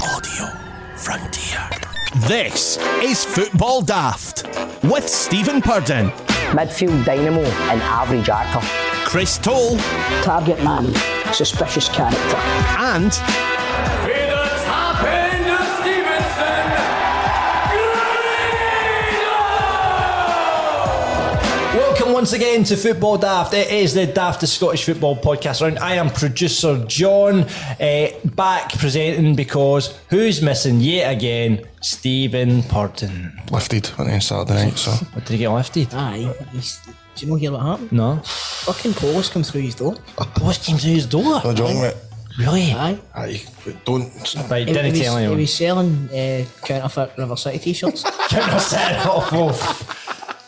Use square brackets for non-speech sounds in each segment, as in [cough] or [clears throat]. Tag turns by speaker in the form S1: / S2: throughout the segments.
S1: Audio Frontier. This is Football Daft with Stephen Purden,
S2: midfield dynamo and average actor.
S1: Chris Toll,
S2: Target man, suspicious character.
S1: and
S3: In the top end of Stevenson,
S4: Welcome once again to Football Daft. It is the Daftest Scottish Football Podcast round. I am producer John, eh, back presenting because who's missing yet again? Stephen Purton.
S5: lifted at the end of Saturday night. So
S4: What did he get lifted?
S6: Aye. he's- Do you know here what happened?
S4: No.
S6: Fucking Paul's come through his door.
S4: What came through his door?
S5: the John went,
S4: Really?
S6: Aye.
S5: aye, don't.
S4: Right,
S6: He,
S4: didn't
S6: was,
S4: tell
S6: he
S4: anyone. [laughs]
S6: was selling uh, counterfeit River City [laughs] t-shirts.
S4: Count us that off, off.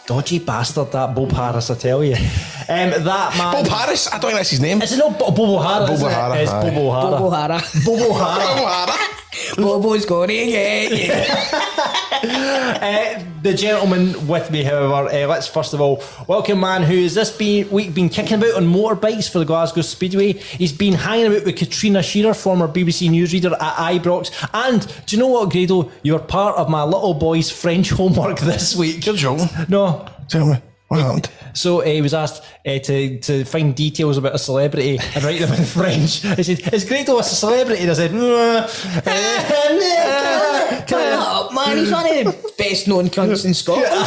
S4: Dodgy bastard, that Bob Harris, I tell you. Um, that man.
S5: Bob Harris, I don't think that's his name.
S4: Is it not Bo- Bobo Harris?
S5: Bobo
S4: is it?
S5: Harris,
S4: It's
S5: aye.
S4: Bobo Harris.
S6: Bobo Hara.
S4: Bobo Harris.
S5: Bob Harris.
S6: Bobo's gone again.
S4: Uh, the gentleman with me, however, uh, let's first of all welcome man who has this be- week been kicking about on motorbikes for the Glasgow Speedway. He's been hanging about with Katrina Shearer, former BBC newsreader at Ibrox. And do you know what, Grado? You're part of my little boy's French [laughs] homework this week.
S5: You're joking.
S4: No.
S5: Tell me what happened.
S4: So uh, he was asked uh, to, to find details about a celebrity and write them in French. He said, Is Grado a celebrity? And I said,
S6: [laughs]
S4: Eh, "Nah."
S6: Eh, Come on, Oh, man. He's one of the best known cunts
S4: [laughs]
S6: in Scotland.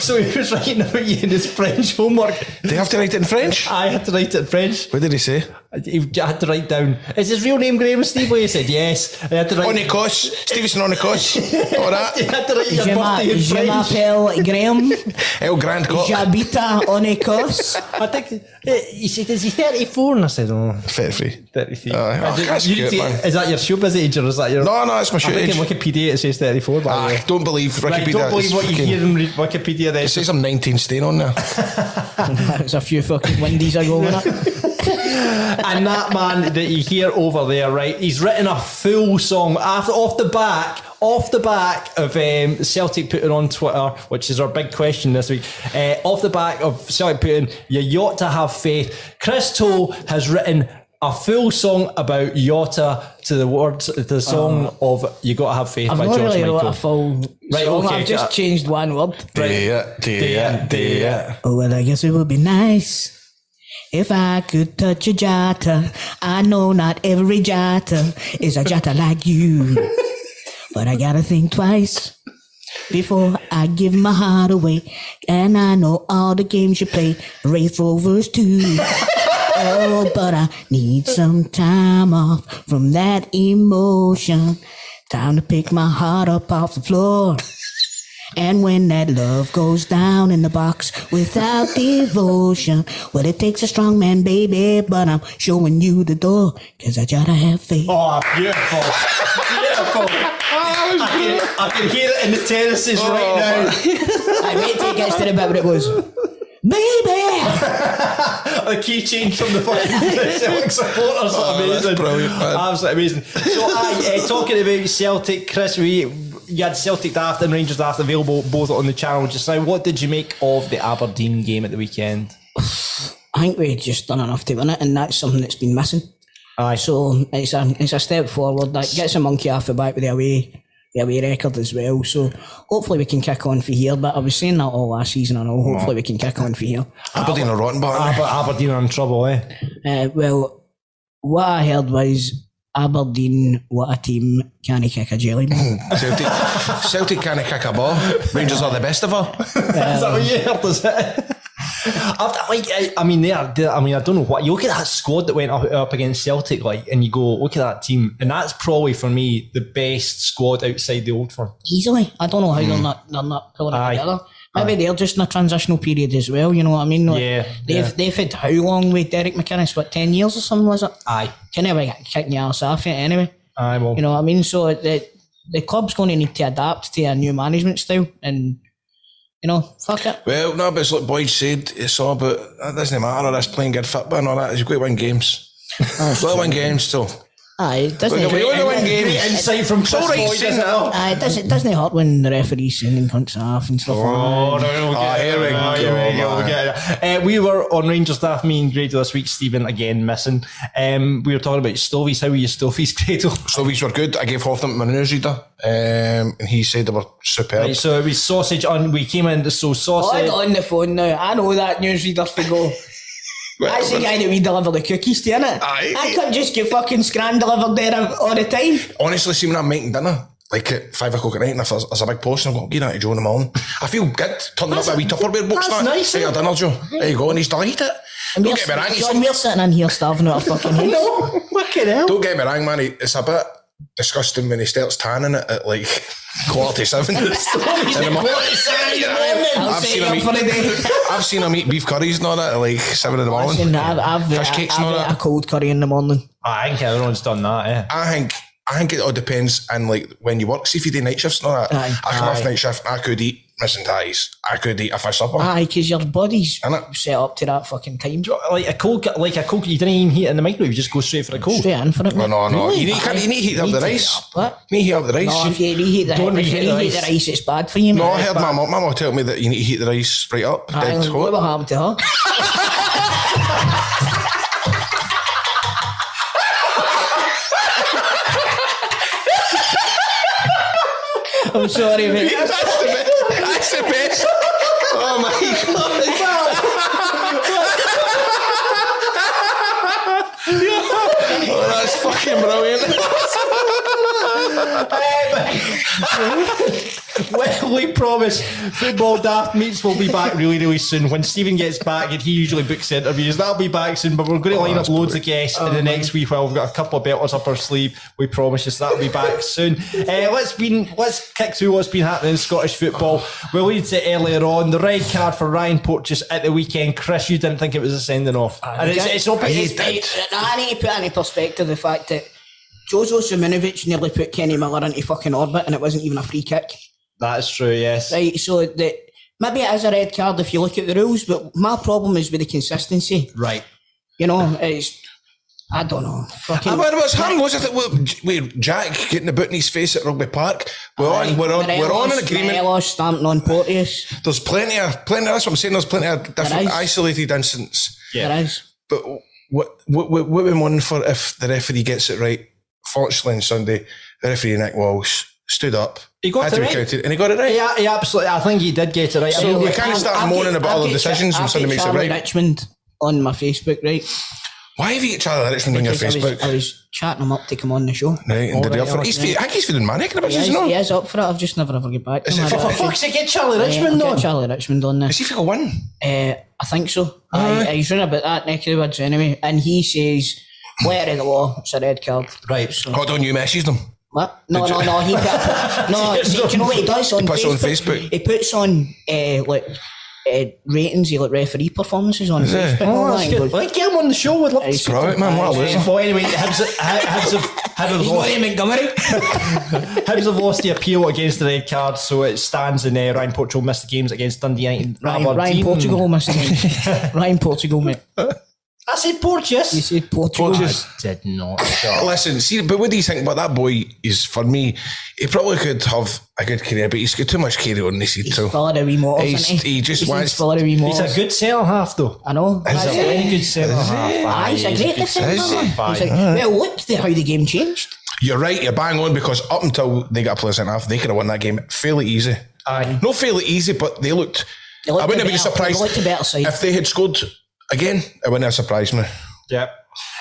S4: So he was writing about you in his French homework.
S5: Do you have to write it in French?
S4: I had to write it in French.
S5: What did he say?
S4: He I had to write down, is his real name Graham Steveley? He said, yes. I had to
S5: On the
S4: write,
S5: coast, Stevenson on the coast. All
S4: [laughs] I
S5: that.
S4: had to write your
S6: Je m'a-
S4: birthday in
S6: je
S4: French.
S6: m'appelle Graham.
S5: El Grand Cop.
S6: J'habite on écosse.
S4: [laughs] I think, eh, he said, is he 34? And I said, oh,
S5: Fair free.
S4: 33.
S5: Aye,
S4: I
S5: oh,
S4: did-
S5: that's
S4: you
S5: good,
S4: did-
S5: man.
S4: is that your showbiz age or is that your...
S5: No, no, it's my
S4: I
S5: shoot
S4: think
S5: age.
S4: in Wikipedia it says 34, by the
S5: Ah,
S4: way.
S5: don't believe Wikipedia.
S4: Right, don't believe
S5: It's
S4: what you
S5: fucking-
S4: hear in re- Wikipedia then.
S5: It says I'm 19 staying on there.
S6: [laughs] That was a few fucking windies ago, wasn't it?
S4: and that man that you hear over there, right? He's written a full song after off the back, off the back of um, Celtic putting on Twitter, which is our big question this week. Uh, off the back of Celtic putting, you ought to have faith. Chris Toll has written. A full song about Yotta to the words, to the song of "You Gotta Have Faith"
S6: I've
S4: by
S6: Oh. not
S4: George
S6: really wrote
S4: Michael.
S6: a full
S4: Right,
S6: song.
S4: okay,
S6: I've just
S4: uh,
S6: changed one word.
S5: Do it, do it, do it.
S6: Oh, well, I guess it would be nice if I could touch a jata. I know not every jata is a jata like [laughs] you, but I gotta think twice before I give my heart away. And I know all the games you play, Rafe Rovers [laughs] too. oh, but I need some time off from that emotion. Time to pick my heart up off the floor. And when that love goes down in the box without devotion, well, it takes a strong man, baby, but I'm showing you the door, cause I gotta have faith.
S4: Oh, beautiful. beautiful. I can, I can hear it in the terraces
S5: Oh.
S4: right now.
S6: I wait till it gets to the bit where it goes, [laughs] baby!
S4: the key change from the
S5: [laughs]
S4: fucking Celtic supporters.
S5: Oh,
S4: amazing.
S5: that's brilliant, man.
S4: Absolutely amazing. So, I, uh, talking about Celtic, Chris, we you had Celtic Daft and Rangers Daft available both on the channel just now. What did you make of the Aberdeen game at the weekend?
S6: I think we've just done enough to win it, and that's something that's been missing.
S4: Aye.
S6: So it's a, it's a step forward that gets a monkey off the back with the away, the away record as well. So hopefully we can kick on for here, but I was saying that all last season, I know. Hopefully we can kick on for here.
S5: Aberdeen are rotten, but
S4: Aber- Aberdeen are in trouble, eh?
S6: Uh, well, what I heard was Aberdeen, what a team, can he kick a
S4: [laughs]
S6: jelly bean?
S4: Ah.
S5: Celtic, Celtic can't kick a ball. Rangers are the best of
S6: Um,
S5: her.
S4: Is that what you heard? Is it? Euh, [laughs] After, like, I, I mean, they are. they- I mean, I don't know what you look at that squad that went up, up against Celtic, like, and you go, look at that team, and that's probably for me the best squad outside the old firm.
S6: Easily. I don't know how they're not they're not pulling
S4: Hmm. Aye.
S6: it together. Maybe they're just in a transitional period as well. You know what I mean? Like,
S4: Yeah,
S6: They've
S4: yeah.
S6: they've had how long with Derek McInnes? What ten years or something was it?
S4: Aye,
S6: Can never get kicking your ass off it anyway.
S4: aye, well,
S6: You know what I mean? So the the club's going to need to adapt to a new management style and. You know, fuck it.
S5: Well, no, but it's like Boyd said, it's all about, uh,
S4: Oh,
S5: that doesn't matter, that's playing good football and all that, you've got to win games. Well, win games, so
S6: Aye, it doesn't.
S5: Look, we only win
S4: Great
S5: games.
S4: insight from
S5: It's
S4: Chris
S5: all right,
S4: Boyd,
S5: saying
S4: isn't it?
S5: that.
S6: Aye, it doesn't. It doesn't hurt when the referees sending cunts off and stuff.
S4: Oh,
S6: like that.
S4: no, we'll
S5: Ah,
S4: get
S5: here we
S4: it. Ah,
S5: go,
S4: here we go. We'll
S5: man.
S4: get it. Uh, we were on Ranger staff, me and Grado this week, Stephen again missing. Um, we were talking about Stovies. How were you, Stovies, [laughs] Grado?
S5: So these were good. I gave Hotham my newsreader, um, and he said they were superb.
S4: Right, so it was sausage on. We came in, so
S6: Oh, I
S5: e-
S4: sausage.
S6: got on the phone now. I know that newsreader for
S5: [laughs]
S6: go. That's the guy that we deliver the cookies to, innit?
S5: Aye.
S6: I could just get fucking scran delivered there all the time.
S5: Honestly, see when I'm making dinner, like at five o'clock at night, and if there's, there's a big post, and I'm going, give that to Joe in the morning. I feel good turning up with a wee Tupperware box.
S4: that's
S5: and that.
S4: nice,
S5: Hey,
S4: eh?
S5: your dinner, Joe. There you go, and he's delighted.
S6: And
S5: Don't
S6: we're-
S5: get me wrong.
S6: John,
S5: he's-
S6: we're sitting in here starving out
S5: [laughs]
S6: of fucking heads.
S4: No, fucking hell.
S5: Don't get me wrong, man. he- It's a bit disgusting when he starts tanning it at like [laughs] quarter to seven. in the morning.
S6: I'll
S5: I've
S6: set
S5: seen
S6: you
S5: him
S6: up for the
S5: eat.
S6: day.
S5: I've seen him eat beef curries and all that at like seven in the morning.
S6: Listen, I've, I've,
S5: Fish
S6: I've,
S5: cakes and all
S6: I've ate a
S5: that.
S6: cold curry in the morning.
S4: I think everyone's done that, eh?
S5: I think I think it all depends on like when you work. See if you do night shifts and all that.
S6: Aye.
S5: I come
S4: Aye.
S5: off night shift. I could eat missing ties. I could eat a fish supper.
S6: Aye, because your body's
S5: Innit?
S6: set up to that fucking time.
S4: Like a cold, like a cold, you didn't even heat it in the microwave, you just go straight for the cold. [laughs]
S6: Straight in for it.
S5: Oh, No,
S6: mate.
S5: no, no.
S6: Really?
S5: You, need, you, can't, you need to heat up
S6: Need
S5: the
S6: to heat
S5: rice.
S6: up it.
S5: You need to heat up the rice.
S6: No, if you reheat the,
S4: Don't
S6: if you
S4: reheat the
S6: reheat the
S4: ice.
S6: rice, it's bad for you.
S5: no, I
S6: mate.
S5: heard my mum. My mum tell me that you need to heat the rice straight up,
S6: Aye,
S5: dead hot.
S6: What will happen to her? I'm sorry, mate.
S5: That's the best. That's the best. Oh my god. oh, that's fucking brilliant.
S4: Well, we promise football daft meets will be back really, really soon. When Stephen gets back, and he usually books interviews, that'll be back soon. But we're going to line up
S5: that's
S4: loads of guests in the next wee while. We've got a couple of belters up our sleeve. We promise you so that'll be back soon. [laughs] Uh, let's been let's kick through what's been happening in Scottish football. We'll lead to earlier on the red card for Ryan Porteous at the weekend. Chris, you didn't think it was a sending off, and it's, it's open.
S6: It's-
S4: it's-
S6: it's- now, I need to put into perspective the fact that Jozo Simonovic nearly put Kenny Miller into fucking orbit and it wasn't even a free kick.
S4: that's true. Yes.
S6: Right, so the, maybe it is a red card if you look at the rules, but my problem is with the consistency.
S4: Right.
S6: You know, it's I don't know. Fucking
S5: I mean, it was harmless. I think with, with Jack getting the boot in his face at Rugby Park. We're on, we're on, we're on an
S6: Morelos-
S5: agreement.
S6: Morelos stamping on Porteous.
S5: There's plenty of plenty. That's what I'm saying. There's plenty of different
S6: is.
S5: isolated incidents.
S4: Yeah.
S6: There is.
S5: But what what what what we won for if the referee gets it right? Fortunately, on Sunday, the referee Nick Walsh stood up.
S4: He got
S5: had
S4: it
S5: to be
S4: right.
S5: counted, and he got it right.
S4: Yeah, he absolutely. I think he did get it right. I mean,
S5: you
S4: the-
S5: can't start moaning about other decisions when somebody makes it
S6: Charlie
S5: right.
S6: Richmond on my Facebook, right?
S5: Why have you got Charlie Richmond on your
S6: Because I was-
S5: Facebook?
S6: I was chatting him up to come on the show.
S5: right, and did he
S4: right,
S5: offer?
S4: right,
S5: He's,
S4: right.
S5: fe- I think he's feeling manic in the
S6: He
S5: business,
S6: is,
S5: you know.
S6: he is up for it. I've just never ever get back to
S5: Is it
S6: him. I
S5: for
S6: don't
S5: fuck's
S6: think-
S4: fuck's sake, get Charlie
S6: Yeah, I'll
S4: Richmond
S6: get
S4: on.
S6: Charlie Richmond on this.
S5: Is he for one?
S6: Uh, I think so. Aye, aye, he's run about that neck of the woods anyway. And he says, letter of the law, it's a red card.
S4: Right. So.
S5: Hold on, you messaged him.
S6: What? No, no, no. He put, no. do you know what he does on,
S5: He puts
S6: Facebook?
S5: on Facebook.
S6: He puts on uh, like uh, ratings, he like referee performances on
S5: it?
S6: Facebook. and
S4: Oh,
S6: all that,
S4: that's
S6: and
S4: good.
S6: goes,
S4: Well, get him on the show. We'd love to see
S5: Right, man, what a loser.
S4: Well, anyway, Hibs, Hibs, have, Hibs,
S6: He's
S4: have
S6: not
S4: lost,
S6: in Montgomery.
S4: [laughs] Hibs have lost the appeal against the red card, so it stands in there. Ryan Portugal missed the games against Dundee United.
S6: Ryan,
S4: Aberdeen.
S6: Ryan Portugal, mate. Ryan Portugal, mate.
S4: I said Porteous.
S6: You say Portugal.
S5: Porteous.
S4: did not.
S5: Listen, see, but what do you think? But that boy is for me. He probably could have a good career, but he's got too much carry on. This
S6: He's
S5: too.
S6: full of wee motors,
S5: He's-
S6: isn't he?
S5: he just
S6: He's
S5: wants-
S6: full of wee
S4: He's
S6: motors.
S4: a good centre half, though.
S6: I know.
S5: Is
S4: He's a
S5: he?
S4: very good centre half.
S6: Aye, he's a great
S4: good
S6: defender.
S5: Is he?
S6: man. He's a- Well, look the, how the game changed.
S5: You're right, you're bang on because up until they got a player sent off, they could have won that game fairly easy.
S4: Aye.
S5: Not fairly easy, but they looked.
S6: They looked
S5: I wouldn't have been
S6: better-
S5: surprised
S6: they looked a better side.
S5: if they had scored again. It wouldn't have surprised me.
S4: Yep.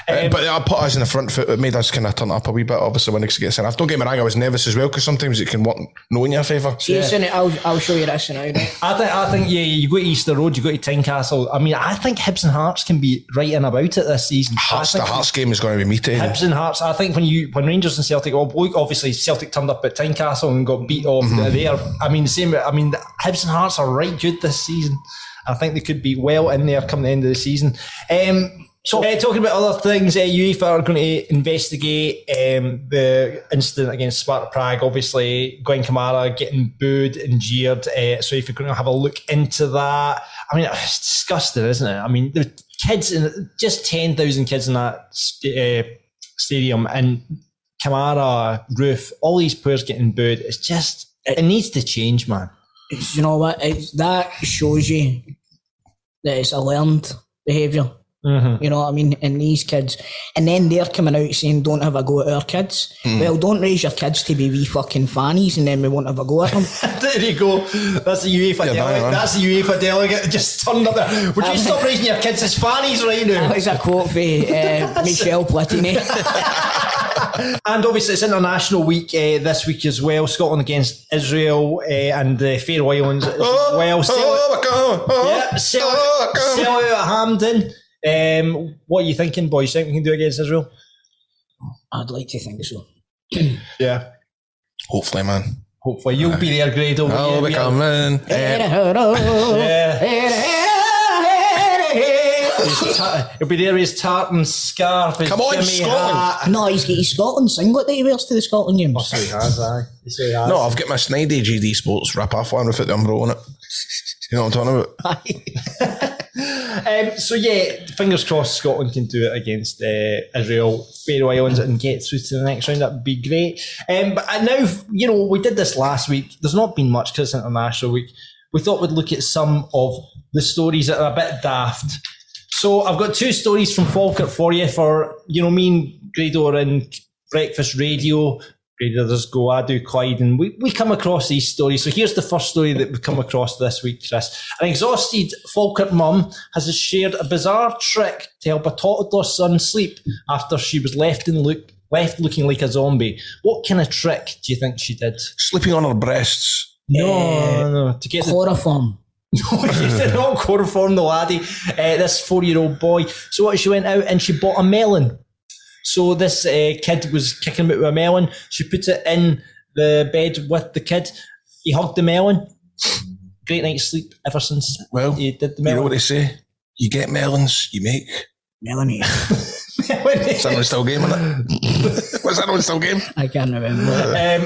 S5: Uh,
S4: Um,
S5: but that put us in the front foot. It made us kind of turn up a wee bit. Obviously, when they get sent off. Don't get me wrong, I was nervous as well because sometimes it can work no in your favour.
S6: Jason, I'll, I'll show you this now. Right?
S4: I think, I think, yeah, you go to Easter Road, you go to Tynecastle. I mean, I think Hibs and Hearts can be right in about it this season. I
S5: Hearts, the
S4: think-
S5: Hearts game is going to be meaty.
S4: Hibs and Hearts. I think when you when Rangers and Celtic, well, look, obviously Celtic turned up at Tynecastle and got beat off there. I mean, same. I mean, Hibs and Hearts are right good this season. I think they could be well in there come the end of the season. Um, so uh, talking about other things, uh, UEFA are going to investigate um, the incident against Sparta Prague. Obviously, Glenn Kamara getting booed and jeered. Uh, so if you're going to have a look into that, I mean, it's disgusting, isn't it? I mean, the kids in just ten thousand kids in that uh, stadium, and Kamara, Roof, all these players getting booed. It's just it needs to change, man. [laughs]
S6: It's- You know what? It's, that shows you that it's a learned behaviour. You know what I mean? And these kids, and then they're coming out saying, "Don't have a go at our kids." Well, don't raise your kids to be wee fucking fannies, and then we won't have a go at them.
S4: There you go. That's the UEFA
S5: Yeah, bang
S4: delegate.
S5: on.
S4: That's the UEFA delegate. [laughs] Just turned up there. Would you stop raising your kids as fannies right now?
S6: that is a quote for uh, Michelle Platini.
S4: And obviously, it's International Week uh, this week as well. Scotland against Israel uh, and the Faroe Islands as
S5: Oh,
S4: well. Celtic-
S5: oh, come, oh,
S4: Yeah, sell,
S5: oh, come.
S4: sell out at Hamden. Um, what are you thinking, boys? Think we can do against Israel?
S6: I'd like to think so.
S4: Yeah.
S5: Hopefully, man.
S4: Hopefully, you'll be there, Grado.
S5: I'll be coming. Eh,
S4: [laughs] He'll be there with his tartan scarf. His
S5: Come on,
S4: Jimmy
S5: Scotland.
S4: hat.
S6: [laughs] No, he's got his Scotland singlet that he wears to the Scotland games.
S4: He has, aye. Yes, he has.
S5: No, I've got my Snyder GD Sports wrap off one without the umbrella on it. You know what I'm talking about?
S4: Um, so yeah, fingers crossed Scotland can do it against uh, Israel, Faroe Islands, and get through to the next round. That'd be great. Um, but I now, you know, we did this last week. There's not been much because it's international week. We thought we'd look at some of the stories that are a bit daft. So I've got two stories from Falkirk for you. For you know, me and Grado are in breakfast radio. Grado does go. I do Clyde, and we, we come across these stories. So here's the first story that we've come across this week, Chris. An exhausted Falkirk mum has shared a bizarre trick to help a toddler son sleep after she was left in look left looking like a zombie. What kind of trick do you think she did?
S5: Sleeping on her breasts.
S4: No, no, to get the
S6: Chloroform.
S4: they're not chloroform the laddie, uh, this four year old boy. So what, she went out and she bought a melon. So this uh, kid was kicking about with a melon. She put it in the bed with the kid. He hugged the melon. Great night's sleep ever since
S5: Well,
S4: he did the
S5: You know
S4: melon.
S5: what they say? You get melons, you make.
S4: [laughs]
S6: Melanie.
S5: Is
S4: Um,
S5: that on still game, innit? [laughs] Was that on still game?
S6: I can't
S4: [laughs]
S6: remember.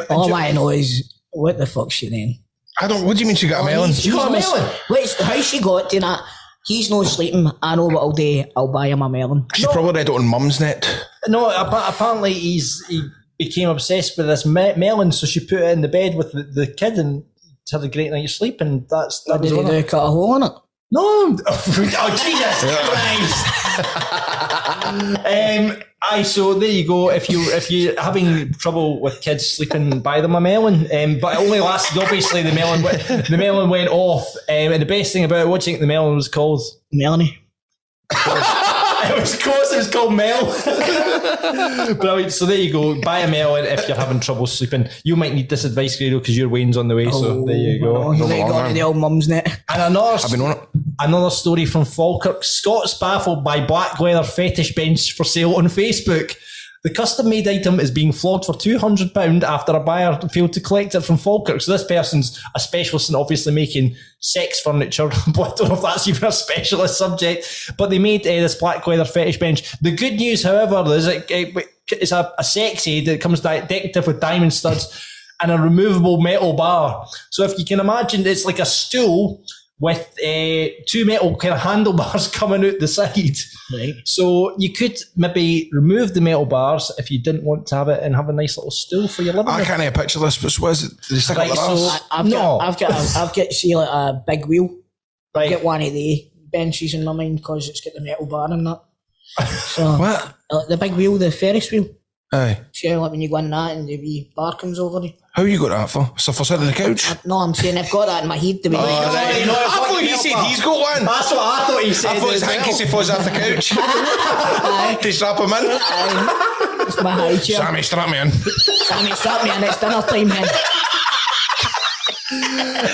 S4: um,
S6: All I know is, what the fuck's she then?
S5: I don't. What do you mean she
S4: Oh,
S5: got a melon?
S6: He's-
S4: got a
S6: he's no-
S4: melon?
S6: Wait, how she got to that? He's no sleeping. I know what I'll do. I'll buy him a melon.
S5: She probably read it on Mum's Net.
S4: No, appa- apparently he's he became obsessed with this me- melon, so she put it in the bed with the, the kid and had a great night's sleep. And that's that
S6: Did
S4: was
S6: he
S4: one of-
S6: do cut a hole in it?
S4: No. [laughs] oh Jesus Christ. um, aye, so there you go. If you if you're having trouble with kids sleeping, buy them a melon. Um, but it only lasted. Obviously, the melon went- the melon went off. Um, and the best thing about it, what do you think the melon was called?
S6: Melanie.
S4: It was, [laughs] of course, it was called Mel. [laughs] Brilliant. So there you go. Buy a melon if you're having trouble sleeping. You might need this advice, Grado, because your Wayne's on the way. so there you go.
S6: Oh, he's like
S5: wrong
S6: gone to
S5: man.
S6: the old mum's net.
S4: And another
S5: I've been on it.
S4: Another story from Falkirk. Scots baffled by black leather fetish bench for sale on Facebook. The custom made item is being flogged for £200 after a buyer failed to collect it from Falkirk. So, this person's a specialist in obviously making sex furniture. [laughs] But I don't know if that's even a specialist subject. But they made uh, this black leather fetish bench. The good news, however, is it, it- it's a, a sex aid that comes di- decorative with diamond studs and a removable metal bar. So, if you can imagine, it's like a stool with uh, two metal kind of handlebars [laughs] coming out the side.
S6: Right.
S4: So you could maybe remove the metal bars if you didn't want to have it and have a nice little stool for your living
S5: I
S4: room.
S5: can't even picture this, but what is it? Did they stick
S4: Right,
S5: up their
S4: so-
S5: arse?
S6: I, I've
S4: No.
S6: got, I've got, I've, got, see, like a big wheel.
S4: Right.
S6: Get one of the benches in my mind because it's got the metal bar
S4: [laughs]
S6: in that. So
S5: What?
S6: uh, the big wheel, the Ferris wheel.
S5: Aye.
S6: See, like when you go in that and the wee bar comes over you.
S5: How you got that for? Suffer side of the couch?
S6: No, I'm saying I've got that in my head.
S4: Oh,
S6: The way
S4: right. you know,
S5: I
S4: it's
S5: thought
S4: like
S5: he
S4: milk
S5: said
S4: bar.
S5: he's got one.
S4: That's what I thought he said.
S5: I thought
S4: as
S5: his
S4: well.
S5: handkerchief was off the [laughs] couch. they strap him in.
S6: it's my high chair.
S5: Sammy, strap me in.
S6: Sammy, stop me, and it's dinner time, man.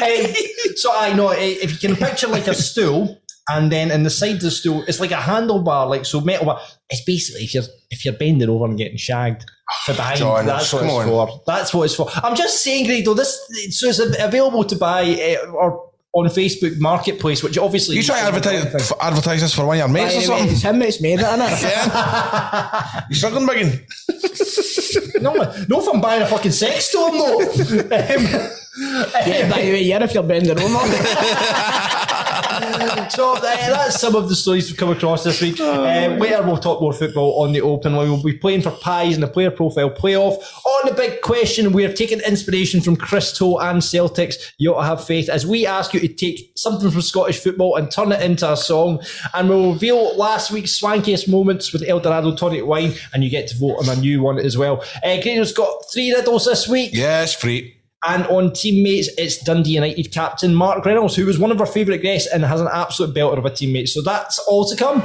S4: Um, so I know eh, if you can picture like a stool, and then in the side of the stool, it's like a handlebar, like so metal bar. It's basically if you're if you're bending over and getting shagged for behind,
S5: Oh, John,
S4: that's what
S5: come
S4: it's
S5: on.
S4: for. That's what it's for. I'm just saying, Grado, this so it's av- available to buy eh, or on Facebook Marketplace, which obviously
S5: You try to advertise, f- advertise this for one of your mates or something?
S6: It's him that's made it, [laughs] innit?
S5: You struggling, Biggin?
S4: No, no, if I'm buying a fucking sex doll,
S5: [laughs]
S4: no. Um,
S6: Yeah, by the way, yeah, if you're bending over.
S4: so uh, that's some of the stories we've come across this week. Uh, later we'll talk more football on the open. We'll be playing for pies in the player profile playoff. On the big question, we are taking inspiration from Christo and Celtics. You ought to have faith as we ask you to take something from Scottish football and turn it into a song. And we'll reveal last week's swankiest moments with Eldorado Tonic Wine, and you get to vote on a new one as well. Uh, Grado's got three riddles this week.
S5: Yes, free.
S4: And on teammates, it's Dundee United captain Mark Reynolds, who was one of our favourite guests and has an absolute belter of a teammate. So that's all to come.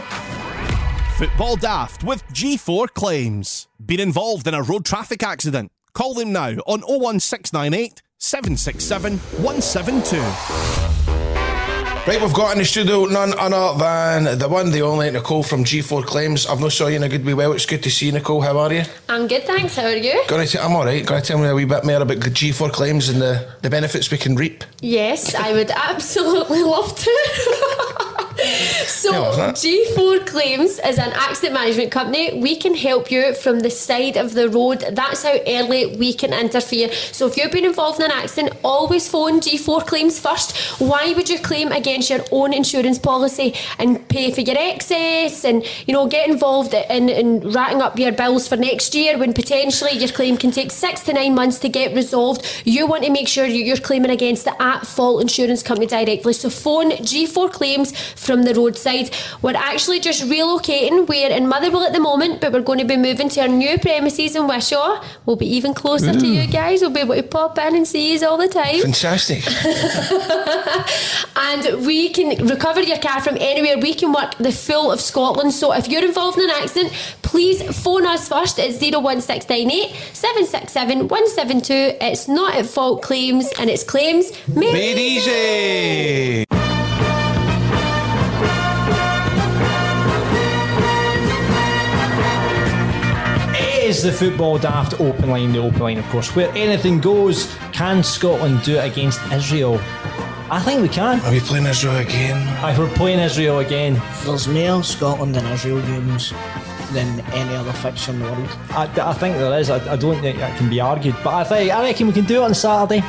S1: Football Daft with G4 Claims. Been involved in a road traffic accident? Call them now on 01698 767 172.
S5: Right, we've got in the studio none other than the one, the only Nicole from G4 Claims. I've not saw you in a good wee while. It's good to see you, Nicole. How are you?
S7: I'm good, thanks. How are you?
S5: Gonna t- I'm all right. Gonna tell me a wee bit more about the G4 Claims and the, the benefits we can reap.
S7: Yes, I would absolutely love to. [laughs] so,
S5: Yeah, what's that?
S7: G4 Claims is an accident management company. We can help you from the side of the road. That's how early we can interfere. So, if you've been involved in an accident, always phone G4 Claims first. Why would you claim against your own insurance policy and pay for your excess and you know get involved in, in ratting up your bills for next year when potentially your claim can take six to nine months to get resolved? You want to make sure you- you're claiming against the at fault insurance company directly. So phone G4 Claims from the roadside. We're actually just relocating. We're in Motherwell at the moment, but we're going to be moving to our new premises in Wishaw. We'll be even closer to you guys. We'll be able to pop in and see you all the time.
S5: Fantastic.
S7: and we can recover your car from anywhere. We can work the full of Scotland. So if you're involved in an accident, please phone us first. It's 01698 767 172. It's not at fault claims and it's claims made,
S5: Made easy.
S4: It is the football daft open line, the open line, of course, where anything goes. Can Scotland do it against Israel? I think we can. [laughs]
S5: Are we playing Israel again?
S4: Aye, We're playing Israel again.
S6: There's more Er Scotland and Israel games than any other fixture in the world.
S4: I, I think there is. I, I don't think that can be argued. But I think I reckon we can do it on Saturday.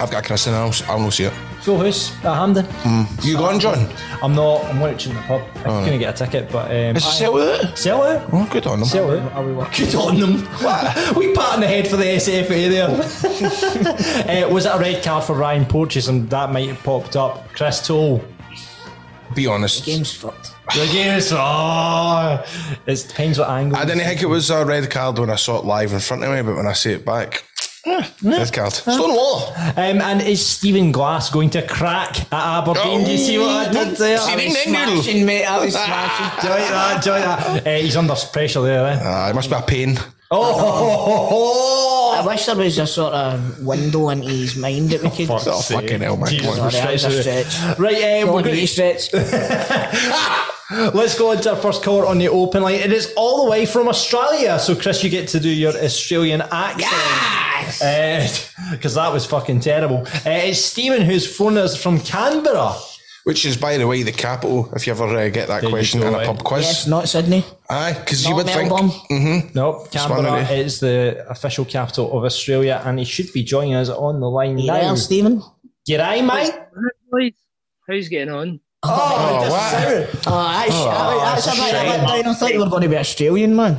S5: I've got a Christian house. I'll not see it.
S4: Phil Hoos at Hamden.
S5: You gone, John?
S4: I'm not. I'm watching the pub. I'm going to get a ticket, but um,
S5: Is it sell with it?
S4: sell out.
S5: Oh, good on them.
S4: Sell out.
S6: Are we working?
S4: Good [laughs] on them. we pat on the head for the SFA there. [laughs] uh, was it a red card for Ryan Porteous and that might have popped up? Chris Toll.
S5: Be honest.
S6: Game's fucked.
S4: The game is. Oh, it depends what angle.
S5: I didn't think it was a red card when I saw it live in front of me, but when I see it back, red card. Stonewall.
S4: Um, and is Stephen Glass going to crack at Aberdeen? Do you see what I did there?
S5: Oh, See,
S4: I
S5: ding,
S4: was
S5: ding, doodle.
S6: Smashing, mate. I was smashing.
S5: [laughs]
S4: Joy that, joy that. Uh, he's under pressure there, eh?
S5: Ah, it must be a pain.
S4: Oh,
S6: I wish there was a sort of window into his mind that we could.
S4: fuck's
S5: Oh,
S4: sake.
S5: fucking hell, man.
S4: Jesus
S5: Come on.
S6: Sorry, I was a
S4: Stretch it.
S6: stretch.
S4: Right, um,
S6: Go
S4: we're
S6: on,
S4: going
S5: [laughs]
S6: you stretch.
S4: Let's go into our first caller on the open line. It is all the way from Australia. So, Chris, you get to do your Australian accent. [laughs] Because that was fucking terrible. Uh, it's Stephen who's phoned us from Canberra.
S5: Which is, by the way, the capital, if you ever uh, get that
S4: you
S5: question
S4: go, eh?
S5: in a
S4: right.
S5: pub quiz.
S6: Yes, not Sydney.
S5: Aye, because you
S6: Not
S5: would
S6: Melbourne.
S5: think. Mm,
S4: Nope, Canberra
S5: Swanee.
S4: is the official capital of Australia, and he should be joining us on the line
S6: You
S4: now.
S6: there, Stephen?
S4: G'day, mate.
S8: Boys, how's getting on?
S5: Oh, [laughs] wow.
S6: Oh, that's, that's,
S4: that's
S6: about
S4: a
S6: it.
S4: shame.
S6: I didn't think we were going to be Australian, man.
S8: I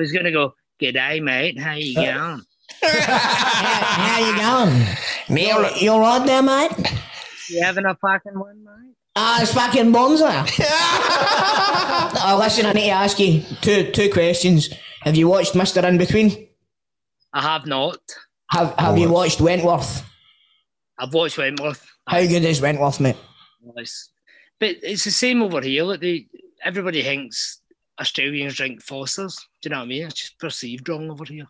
S8: was gonna go, G'day mate, how you going?
S6: How you going?
S5: Nail
S6: You're, you're on there, mate.
S8: You having a fucking one, mate?
S6: Ah, it's fucking Bonza. oh, listen, I need to ask you two two questions. Have you watched Mister In Between?
S8: I have not.
S6: Have Have
S5: Oh.
S6: you watched Wentworth?
S8: I've watched Wentworth.
S6: How good is Wentworth, mate?
S8: It's- But it's the same over here. Like they, everybody thinks Australians drink Fosters. Do you know what I mean? It's just perceived wrong over here.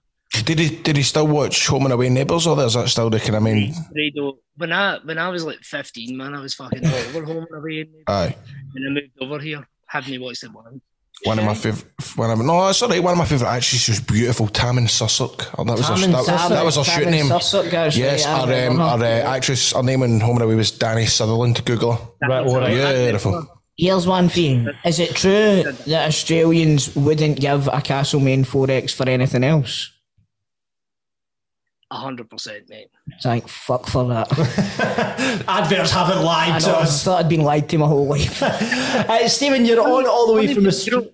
S5: Did he, did he still watch Home and Away Neighbours, or is that still the kind of main.
S8: They don't- When I when I was like 15, man, I was fucking all over home and away, and
S5: Aye.
S8: I moved over here. Haven't you watched it one?
S5: One of my favorite, one of my, no, it's all right. One of my favorite actors was beautiful, Tamin Sussock. Oh, that was her,
S4: Tamin
S5: that,
S4: Sussock.
S5: that was her
S6: Tamin
S5: shoot name.
S6: Sussock, that's
S5: yes,
S6: right, I
S5: our, um,
S6: remember
S5: our uh,
S6: her.
S5: actress, her name in Home and Away was Danny Sutherland. Google her.
S4: Right, all right.
S5: Beautiful.
S6: Here's one for you. Is it true that Australians wouldn't give a Castlemaine 4X for anything else?
S8: hundred percent, mate.
S6: Thank fuck for
S4: [laughs]
S6: that.
S4: Adverts haven't
S6: I
S4: lied to
S6: know, I
S4: us. [laughs]
S6: thought I'd been lied to my whole life.
S4: Uh, Stephen, you're on all the way from the.
S8: you, grow,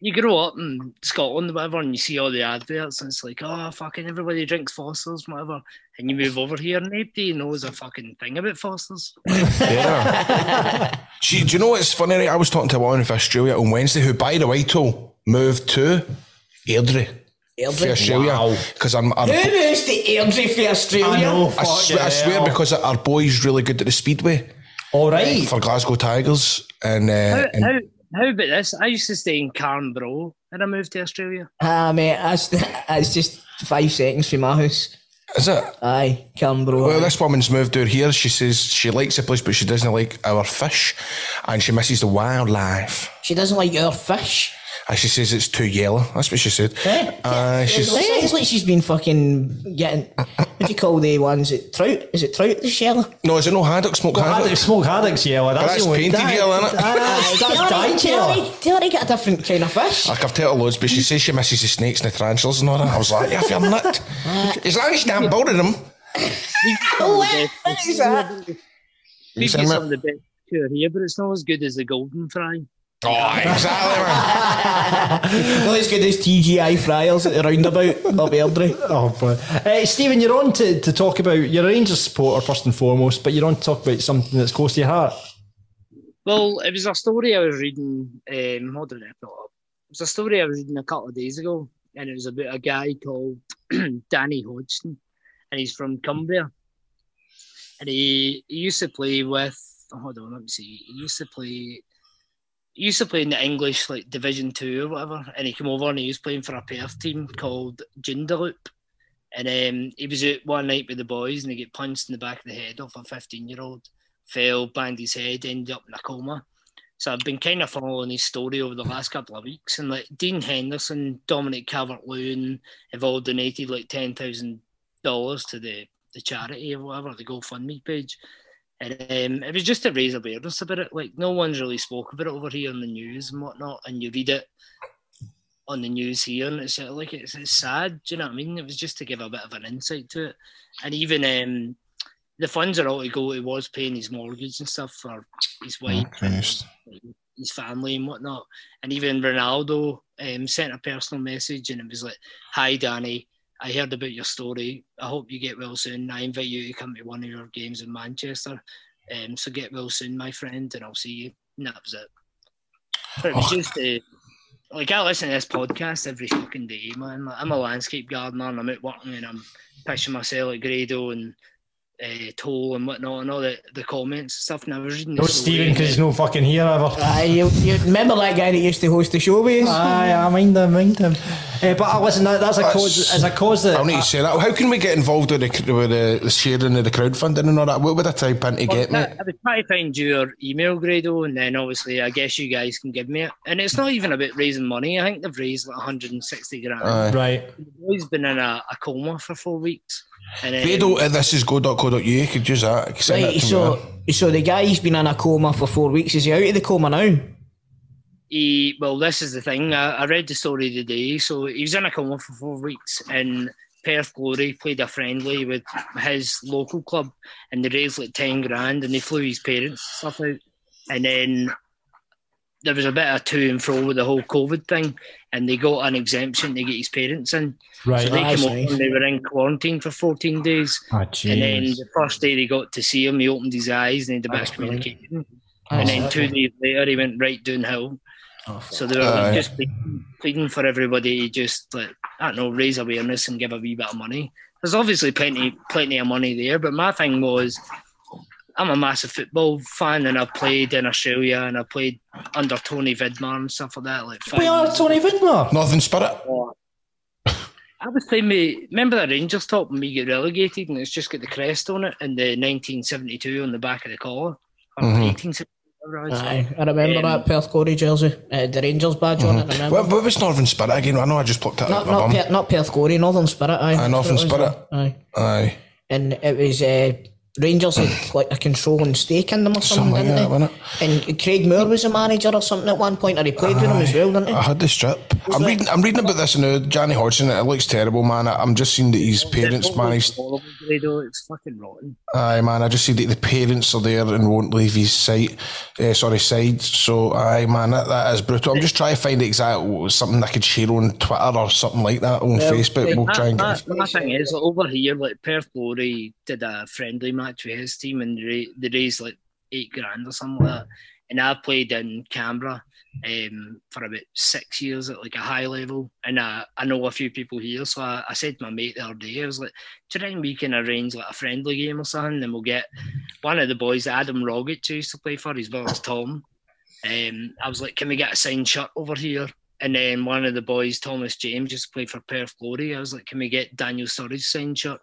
S8: you grow up in Scotland, whatever, and you see all the adverts, and it's like, oh, fucking everybody drinks Fossils, whatever. And you move over here, and nobody knows a fucking thing about Fossils.
S5: Yeah.
S6: [laughs]
S5: Gee, do you know what's funny? Right? I was talking to a woman from Australia on Wednesday who, by the way, too, moved to Airdrie. For Australia, because I'm, I'm
S6: Who moves to Airdrie for Australia?
S4: I know.
S5: I, swear, I swear because our boy's really good at the speedway
S4: All right.
S5: for Glasgow Tigers, and, uh,
S8: How,
S5: and
S8: how, how about this? I used to stay in Carnbro, and I moved to Australia.
S6: Ah, mate, that's, that's just five seconds from my house.
S5: is it?
S6: Aye, come, bro.
S5: Well, this woman's moved out here. She says she likes the place, but she doesn't like our fish, and she misses the wildlife.
S6: she doesn't like your fish.
S5: And she says it's too yellow. That's what she said.
S6: Eh?
S5: Uh, she's
S6: Sounds like she's been fucking getting. What do you call the ones? It trout? Is it trout? The shell?
S5: no, is it no haddock? Smoke
S4: Haddock,
S5: haddock.
S4: smoke haddocks, yeah. Well, that's,
S5: That's
S4: the only
S5: painted
S4: that-
S5: yellow, innit?
S4: Ah, That's, that's dyed yellow.
S6: Tell her to get a different kind of fish.
S5: Like I've told her loads, but she says she misses the snakes and the tarantulas and all that. I was like, yeah, if you're nut, as long as you damn bored of them.
S6: What is that?
S8: We
S5: Sam,
S8: get some of the best tour here, but it's not as good as the golden fry.
S5: Oh, exactly, man.
S6: Not as good as TGI Friars at the roundabout up Airdrie.
S4: Oh, boy. Uh, Stephen, you're on to, to talk about, you're a Rangers supporter first and foremost, but you're on to talk about something that's close to your heart.
S8: Well, it was a story I was reading. Um, hold on, I put it up. It was a story I was reading a couple of days ago, and it was about a guy called [clears throat] Danny Hodgson, and he's from Cumbria, and he, he used to play with. Hold on, let me see. He used to play. He used to play in the English like Division Two or whatever, and he came over and he was playing for a Perth team called Joondalup. And um, he was out one night with the boys, and he got punched in the back of the head off a fifteen-year-old fell, banged his head, ended up in a coma. So I've been kind of following his story over the last couple of weeks, and like Dean Henderson, Dominic Calvert-Lewin have all donated like ten thousand dollars to the the charity or whatever the GoFundMe page, and um, it was just to raise awareness about it. Like no one's really spoke about it over here in the news and whatnot, and you read it on the news here, and it's uh, like it's, it's sad. Do you know what I mean? It was just to give a bit of an insight to it, and even um, the funds are all to go towards paying his mortgage and stuff for his wife,
S5: Christ.
S8: his family, and whatnot. And even Ronaldo um, sent a personal message and it was like, Hi, Danny. I heard about your story. I hope you get well soon. I invite you to come to one of your games in Manchester. Um, so get well soon, my friend, and I'll see you. And that was it. But it was just uh, like I listen to this podcast every fucking day, man. Like, I'm a landscape gardener and I'm out working and I'm pitching myself at Grado and uh, Toll and whatnot and all the, the comments and stuff. And I was reading
S4: No,
S8: this
S4: Stephen,
S8: away and
S4: because he's no fucking here ever.
S6: Aye, you, you remember that guy that used to host the show with us?
S4: Aye, I mind him, mind him. Uh, but uh, listen, that, that's a
S5: That's-
S4: cause. That's a cause that.
S5: I'll need
S4: uh,
S5: to say that. How can we get involved with the, with the, the sharing of the crowdfunding and all that? What would I type in to
S8: Well,
S5: get me?
S8: I, I was trying to find your email, Grado, and then obviously I guess you guys can give me it. And it's not even about raising money. I think they've raised like 160 grand.
S5: Aye.
S4: right.
S8: The boy's been in a, a coma for four weeks. And um,
S5: Grado at thisisgo.co.uk. You could use that. You could send that
S6: Right,
S5: to me
S6: so
S5: there.
S6: so the guy's been in a coma for four weeks. Is he out of the coma now?
S8: he well this is the thing I, I read the story today so he was in a coma for four weeks and Perth Glory played a friendly with his local club and they raised like 10 grand and they flew his parents and stuff out and then there was a bit of to and fro with the whole COVID thing and they got an exemption to get his parents in
S4: Right.
S8: so they
S6: Aye,
S8: came
S6: aye.
S8: over and they were in quarantine for 14 days
S4: Ah,
S8: and then
S4: jeez.
S8: the first day they got to see him, he opened his eyes and he had a bit of communication. And then two days later, he went right downhill. so they were like,
S5: Aye.
S8: just pleading, pleading for everybody to just, like, I don't know, raise awareness and give a wee bit of money. There's obviously plenty, plenty of money there, but my thing was, I'm a massive football fan and I played in Australia and I played under Tony Vidmar and stuff like that. Like five
S4: We are
S8: years
S4: Tony Vidmar.
S5: Northern Spirit.
S8: I was playing me. Remember the Rangers top when we get relegated, and it's just got the crest on it and the 1972 on the back of the collar. Or
S5: Mm-hmm.
S8: 1872, whatever it was.
S6: Aye, I remember that Perth Glory jersey. It had Um, uh, the Rangers badge on it. I remember.
S5: What, what was Northern Spirit again? I know I just plucked that out
S6: not
S5: of
S6: not,
S5: my bum.
S6: per, not Perth Glory, Northern Spirit. Aye,
S5: Aye, Northern
S6: That's what it was,
S5: Spirit.
S6: Aye,
S5: Aye.
S6: and it was uh, Rangers had like a controlling stake in them or something,
S5: Something like that,
S6: didn't
S5: wasn't
S6: they? And Craig Moore was a manager or something at one point, or he played with them as
S5: [laughs]
S6: well, didn't he?
S5: I had the strip. I'm reading. I'm reading about this now. Johnny Hodgson. It looks terrible, man. I- I'm just seeing that his parents managed.
S8: Horrible Grado, it's fucking rotten.
S5: Aye, man. I just see that the parents are there and won't leave his sight. Uh, sorry, side. So, aye, man. That, that is brutal. I'm just trying to find exact something I could share on Twitter or something like that on Facebook. We'll
S8: My-
S5: try and
S8: my,
S5: get.
S8: my thing is, like, over here, like Perth Glory did a friendly match with his team, and they, ra- they raised like eight grand or something like that. And I played in Canberra um, for about six years at like a high level, and I, I know a few people here. So I, I said to my mate the other day, I was like, "Do you reckon we can arrange like a friendly game or something? Then we'll get one of the boys, that Adam Rogic, who used to play for, his brother's Tom." Um, I was like, "Can we get a signed shirt over here?" And then one of the boys, Thomas James, just played for Perth Glory. I was like, can we get Daniel Sturridge signed shirt?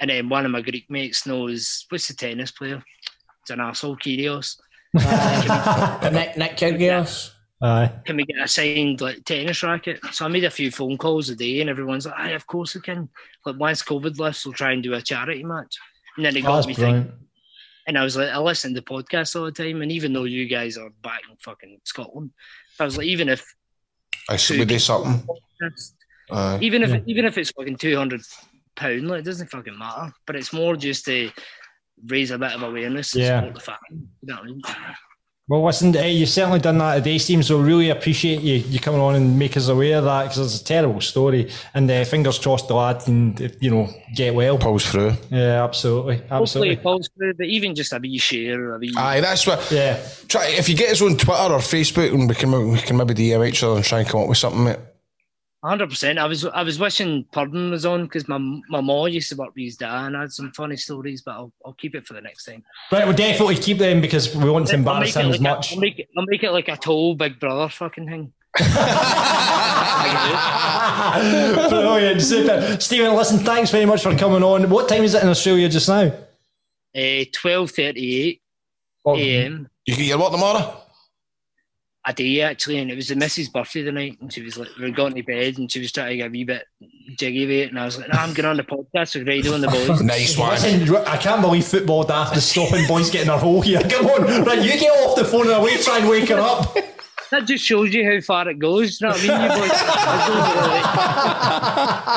S8: And then one of my Greek mates knows, what's the tennis player? It's an asshole, Kyrios.
S6: Nick, Nick Kyrgios.
S4: Aye.
S8: Can we get a signed like tennis racket? So I made a few phone calls a day and everyone's like, aye, of course we can. Like once COVID lifts, we'll try and do a charity match. And then it got
S4: That's
S8: me thinking.
S4: brilliant.
S8: And I was like, I listen to podcasts all the time. And even though you guys are back in fucking Scotland, I was like, even if
S5: I see we do something. Aye.
S8: even if even if it's fucking two hundred pound, like it doesn't fucking matter. But it's more just to raise a bit of awareness. and
S4: Yeah.
S8: support the fan. You know what I mean?
S4: Well, listen, eh, you've certainly done that today, Steam, so really appreciate you, you coming on and make us aware of that because it's a terrible story. And uh, fingers crossed the lad can, eh, you know, get well.
S5: Pulls through.
S4: Yeah, absolutely.
S8: Hopefully,
S4: Absolutely.
S8: it falls through. But even just a wee share, a wee.
S5: Aye, that's what.
S4: Yeah.
S5: Try if you get us on Twitter or Facebook, and we can we can maybe DM each other and try and come up with something, [laughs] mate.
S8: Hundred percent. I was I was wishing Pardon was on because my my ma used to work with his dad and I had some funny stories, but I'll, I'll keep it for the next time.
S4: Right, we'll definitely keep them because we want to
S8: I'll
S4: embarrass
S8: make, it
S4: him
S8: like
S4: as much. [laughs]
S8: A, I'll, make it, I'll make it like a tall Big Brother fucking thing.
S4: Brilliant, super. Stephen, listen, thanks very much for coming on. What time is it in Australia just now?
S8: Uh, twelve thirty eight
S4: Oh,
S8: a.m.
S5: You get your what tomorrow?
S8: a day actually, and it was the missus' birthday the night, and she was like, "We're going to bed," and she was trying to get a wee bit jiggy with it, and I was like, "No, I'm going on the podcast with Radio and the
S5: [laughs]
S8: Boys."
S5: Nice one.
S4: Listen, I can't believe football daft is stopping boys getting their hole here. [laughs] Come on, right, you get off the phone and away, try and wake her up.
S8: that just shows you how far it goes. You know what I mean, you boys?
S6: [laughs]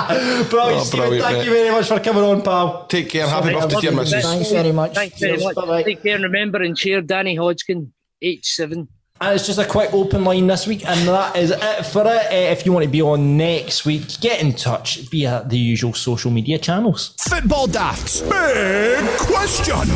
S8: I
S4: brilliant,
S5: [laughs] Oh,
S4: Stephen,
S5: brilliant,
S4: thank
S5: mate.
S4: you very much for coming on, pal.
S5: Take care. Happy
S8: I
S5: birthday,
S8: love
S5: dear
S8: you,
S5: missus.
S6: Thanks very much.
S8: Thanks very
S6: Cheers.
S8: much.
S6: Bye-bye.
S8: Take care and remember and share Danny Hodgkin, H7.
S4: And it's just a quick open line this week, and that is it for it. Eh, If you want to be on next week, get in touch via the usual social media channels.
S1: Football Daft's Big Question.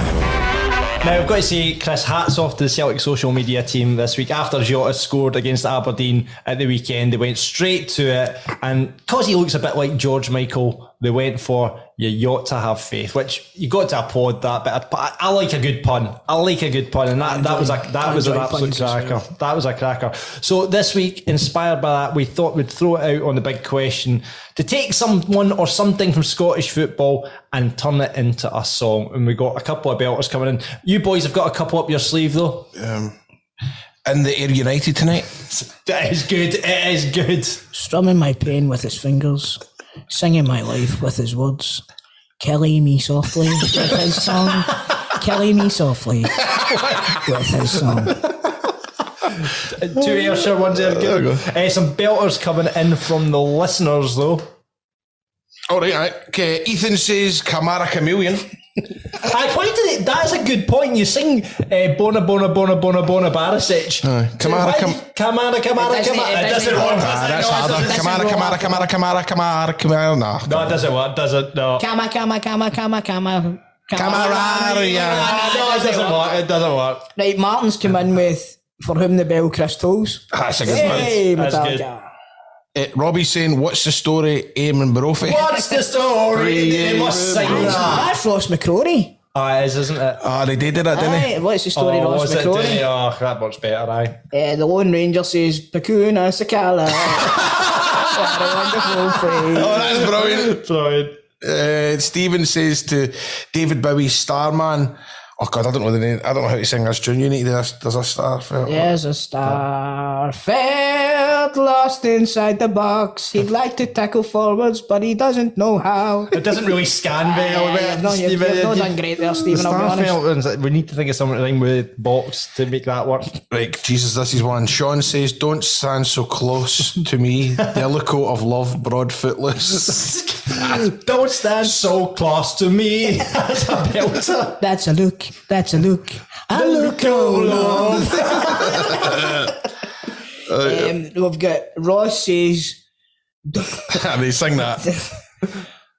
S4: Now, I've got to say, Chris, hats off to the Celtic social media team this week. After Jota scored against Aberdeen at the weekend, they went straight to it. And because he looks a bit like George Michael, they went for you ought to have faith, which you got to applaud that. But I, but I- I like a good pun. I like a good pun. And that, that was a that was an
S6: enjoy
S4: absolute
S6: puns as well.
S4: cracker. That was a cracker. So this week, inspired by that, we thought we'd throw it out on the big question to take someone or something from Scottish football and turn it into a song. And we got a couple of belters coming in. You boys have got a couple up your sleeve though.
S5: In the Air United tonight.
S4: That is good. It is good.
S6: Strumming my pain with his fingers, singing my life with his words, killing me softly with his song, killing me softly with his song.
S4: Two Ayrshire ones are good. Eh, some belters coming in from the listeners though.
S5: All right, all right. Okay. Ethan says Kamara Chameleon.
S4: I pointed it. That's a good point. You sing uh, Bona Bona Bona Bona Bona Barisic.
S5: Aye.
S4: So
S5: Kamara,
S4: why
S5: Kam-
S4: do- Kamara Kamara
S6: It doesn't-
S4: Kamara.
S6: it
S4: It doesn't
S6: doesn't-
S4: work.
S5: Ah, that's
S4: No, it
S5: harder.
S4: doesn't-
S5: Kamara, Kamara, Kamara, Kamara, Kamara, Kamara. Nah.
S4: No, it doesn't work. Does it? No.
S6: Kama, kama, kama, kama, kama.
S5: Kamara.
S4: No, it doesn't work. It doesn't work.
S6: Right, Martin's come in with For Whom the Bell Chris Tolls.
S5: That's a good one.
S6: Hey,
S4: That's good.
S6: Metallica.
S5: Eh, Robbie's saying, "What's the story, Eamon Brophy?"
S4: What's the story? They must sing
S6: That's,
S4: that.
S6: that's Ross McCrory.
S4: Ah, it is, isn't it?
S5: Ah, they did it, didn't they?
S6: Aye, what's the story,
S4: Oh,
S6: Ross
S4: was it? Did
S6: McCrory?
S4: they? Oh, that much better, eh? aye. [laughs]
S6: Uh, the Lone Ranger says, Pakuna Sakala. what a wonderful phrase.
S5: Oh, that's brilliant.
S4: Brilliant.
S5: Uh, Stephen says to David Bowie, Starman. Oh God, I don't know the name. I don't know how to sing this tune. You need to. There's a star. for-
S6: There's a star fell got lost inside the box. He'd like to tackle forwards, but he doesn't know [laughs] how.
S4: It doesn't really scan very well.
S6: Yeah, you've not- you've-
S4: Stephen.
S6: you've not done great there, Stephen, I'll be honest.
S4: Starfield ones, like, we need to think of something with box to make that work.
S5: Right, Jesus, this is one. Sean says, Don't stand so close to me, delicate of love, broad footless.
S4: [laughs]
S5: [laughs]
S4: Don't stand so close to [laughs] me. That's a belter.
S6: That's a look. That's a look. A look, oh love. um, we've got Ross says,
S5: and they sing that.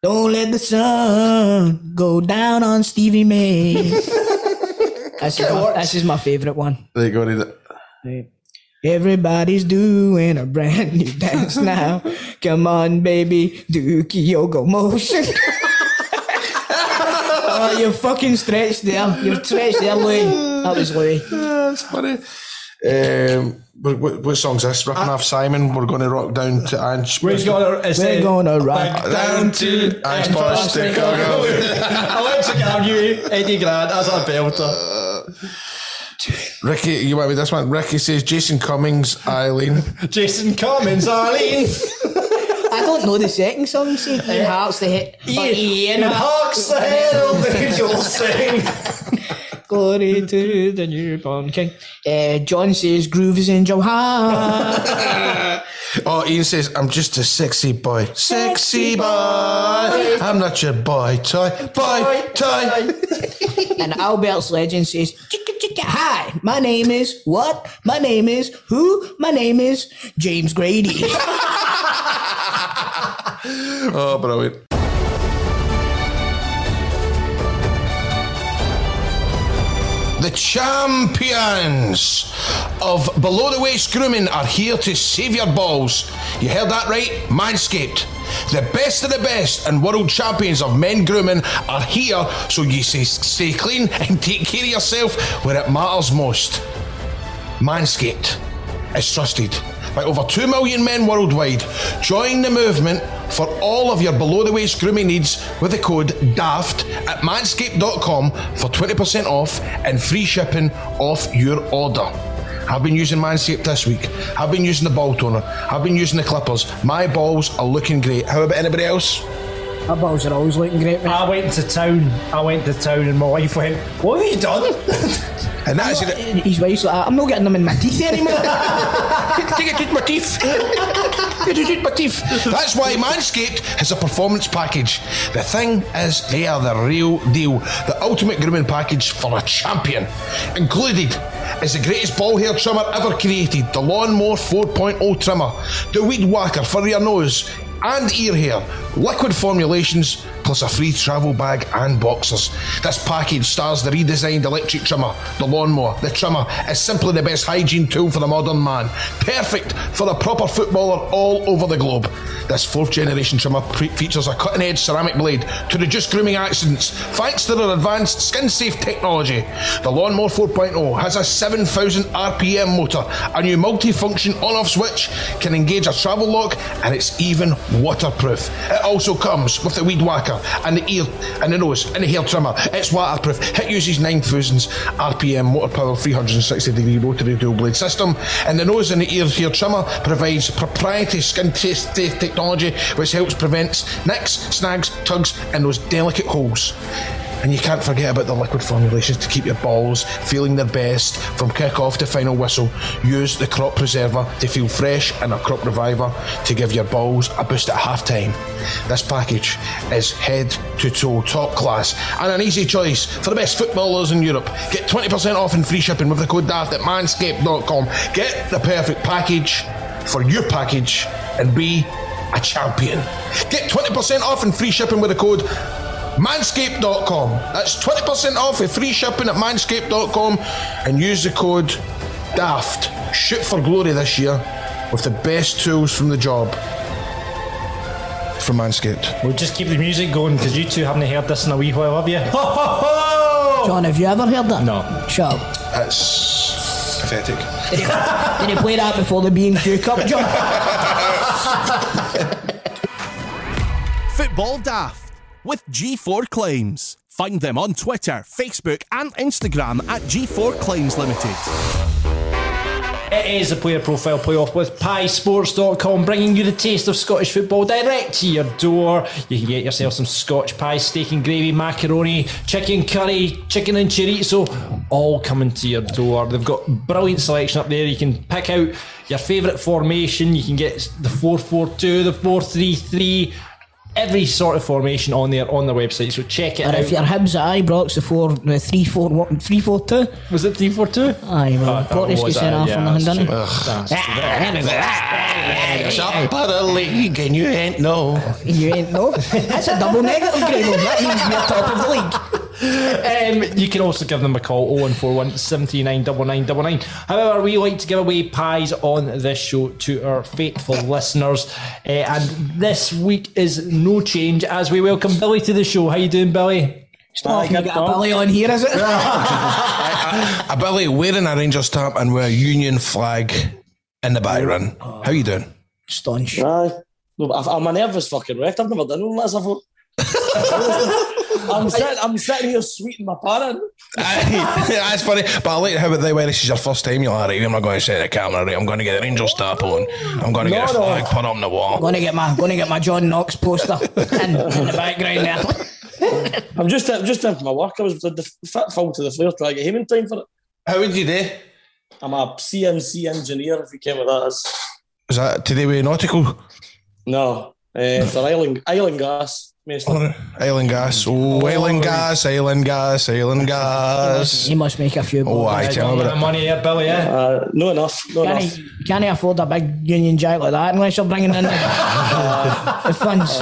S6: "Don't let the sun go down on Stevie [laughs] May." this, is my, this is my favorite one.
S5: They got it.
S6: Everybody's doing a brand [laughs] new dance now. Come on, baby, do Kyogo [laughs] motion. oh, you fucking stretched there. You've stretched there, Louis. That was Louis.
S5: That's Ah, funny. Um, what, what, what song's this? Ripping off Simon. We're going to rock down to Ange.
S4: We're gonna, it's,
S6: We're
S4: uh,
S6: gonna
S4: back
S6: rock
S5: down to Ange Postecoglou.
S4: Alexa Galgu, Eddie Grant, that's a belter.
S5: Ricky, you might be this one. Ricky says Jason Cummings, Eileen.
S4: Jason Cummins, Arlene,
S6: I don't know the second song. [laughs] See, Ian Hart's the hit. But Ian
S4: and
S6: Hart.
S4: Hawks the Herald, you'll sing.
S6: [laughs] Glory to the newborn king. Uh, John says, Groove is in your heart.
S5: Oh, Ian says, I'm just a sexy boy. Sexy boy. I'm not your boy toy. Boy toy.
S6: and Albert's legend says, "Chicka, chicka, Hi, my name is what? My name is who? My name is James Grady. [laughs]
S5: Oh, brilliant. The champions of below the waist grooming are here to save your balls. You heard that right? Manscaped. The best of the best and world champions of men grooming are here so you say, stay clean and take care of yourself where it matters most. Manscaped is trusted by over 2 million men worldwide. Join the movement for all of your below the waist grooming needs with the code DAFT at manscaped.com for 20% off and free shipping off your order. I've been using Manscaped this week. I've been using the ball toner. I've been using the clippers. My balls are looking great. How about anybody else?
S6: my balls are always looking great, man.
S4: I went to town, I went to town, and my wife went, What have you [laughs] done?
S5: And that is it.
S6: His wife's like, I'm not getting them in my teeth anymore.
S4: [laughs]
S5: Take it to my teeth. Take it to my teeth. That's why Manscaped has a performance package. The thing is, they are the real deal. The ultimate grooming package for a champion. Included is the greatest ball hair trimmer ever created, the Lawnmower 4.0 trimmer, the Weed Whacker for your nose and ear hair, liquid formulations, plus a free travel bag and boxers. This package stars the redesigned electric trimmer, the lawnmower. The trimmer is simply the best hygiene tool for the modern man, perfect for the proper footballer all over the globe. This fourth generation trimmer pre- features a cutting edge ceramic blade to reduce grooming accidents thanks to their advanced skin safe technology. The Lawnmower 4.0 has a 7,000 RPM motor, a new multi-function on-off switch, can engage a travel lock, and it's even waterproof. It also comes with the weed whacker and the ear and the nose and the hair trimmer. It's waterproof. It uses 9,000 RPM motor power, 360 degree rotary dual blade system, and the nose and the ear hair trimmer provides proprietary skin taste taste technology, which helps prevent nicks, snags, tugs, and those delicate holes. And you can't forget about the liquid formulations to keep your balls feeling their best from kick off to final whistle. Use the crop preserver to feel fresh and a crop reviver to give your balls a boost at half time. This package is head to toe top class and an easy choice for the best footballers in Europe. Get 20% off and free shipping with the code DAFT at manscaped.com. Get the perfect package for your package and be a champion. Get 20% off and free shipping with the code manscaped.com. That's 20% off with free shipping at manscaped.com and use the code DAFT. Shoot for glory this year with the best tools from the job from Manscaped.
S4: We'll just keep the music going because you two haven't heard this in a wee while, have you? Ho ho ho!
S6: John, have you ever heard that?
S4: No.
S6: Shut up.
S5: That's pathetic.
S6: Did he, did he play that before the B&Q Cup,
S4: [laughs]
S6: John?
S1: Football Daft with G4 Claims. Find them on Twitter, Facebook, and Instagram at G4 Claims Limited.
S4: It is the Player Profile Playoff with piesports.com, bringing you the taste of Scottish football direct to your door. You can get yourself some Scotch pie, steak and gravy, macaroni, chicken curry, chicken and chorizo, all coming to your door. They've got brilliant selection up there. You can pick out your favourite formation. You can get the 442, the 433, every sort of formation on there on their website. So check it
S6: Or if
S4: out.
S6: your Hibs at Ibrox, the four, the three, four, one, three, four, two.
S4: Was it 342?
S6: Aye, well,
S4: Oh,
S6: Portis
S4: was
S6: gets sent
S4: that?
S6: off
S4: Yeah,
S6: on the hand,
S4: that's
S6: doesn't
S4: true.
S6: he?
S5: It's up at a league and you ain't know.
S6: [laughs] You ain't no. That's a double negative, Grego. That means we're top of the league.
S4: Um, you can also give them a call 0141 79 9999. However, we like to give away pies on this show to our faithful listeners. Uh, and this week is no change as we welcome Billy to the show. How you doing, Billy?
S6: It's not often you get a belly on here, is it?
S5: A Billy wearing a Rangers stamp and with a Union flag in the by run. How you doing?
S6: Staunch.
S9: Aye. No, but I- I'm a nervous fucking wreck. I've never done all this. I thought. I'm, sit, I'm sitting here sweating my parent.
S5: Aye, That's funny, but I like how they were. This is your first time. You're like, right, I'm not going to set the camera. Right, I'm going to get the Rangers stamp on. I'm going to get a flag put on the wall.
S6: Gonna get my gonna get my John Knox poster [laughs] in, in the background there.
S9: I'm just I'm just doing for my work. I was the, the fit fall to the floor trying to get him in time for it.
S5: How would you do?
S9: I'm a CNC engineer, if you care what that is.
S5: Is that today with nautical
S9: No, uh, for island island gas. Mostly.
S5: or island gas? Oh, island gas, island gas, island gas.
S6: He must make a few.
S5: Oh,
S6: balls.
S5: aye, tell
S4: Got a bit
S5: me about
S4: of
S5: it.
S4: money here, Billy, eh?
S9: Uh, no enough, no
S6: Can
S9: enough.
S6: he, can he afford a big Union Jack like that unless you're bringing in the, the funds?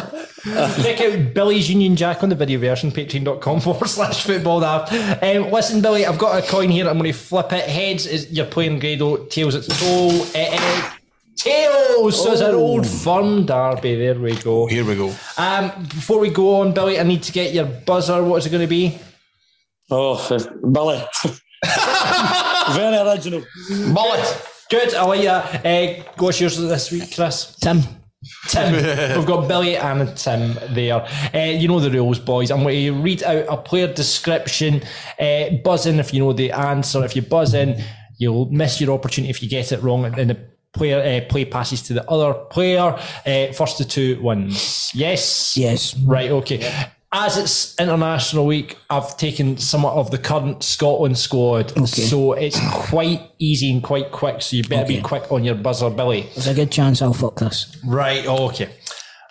S4: Check out Billy's Union Jack on the video version, patreon.com [laughs] forward slash football daft. Um, listen, Billy, I've got a coin here. I'm going to flip it. Heads is you're playing Grado, tails it's toe. eh, eh, tails! So it's an old firm derby. There we go.
S5: Oh. Here we go.
S4: Um, before we go on, Billy, I need to get your buzzer. What is it going to be?
S9: Oh, Billy. [laughs] Very original.
S4: Mullet. Good. I like that. Uh, what's yours this week, Chris?
S6: Tim,
S4: Tim. We've got Billy and Tim there. Uh, you know the rules, boys. I'm going to read out a player description. Uh, buzz in if you know the answer. If you buzz in, you'll miss your opportunity if you get it wrong. And the player uh, play passes to the other player. Uh, first to two wins. Yes.
S6: yes.
S4: Right, okay. As it's International Week, I've taken some of the current Scotland squad. So it's quite easy and quite quick. So you better be
S6: Okay.
S4: quick on your buzzer, Billy.
S6: There's a good chance I'll fuck this.
S4: Right, okay.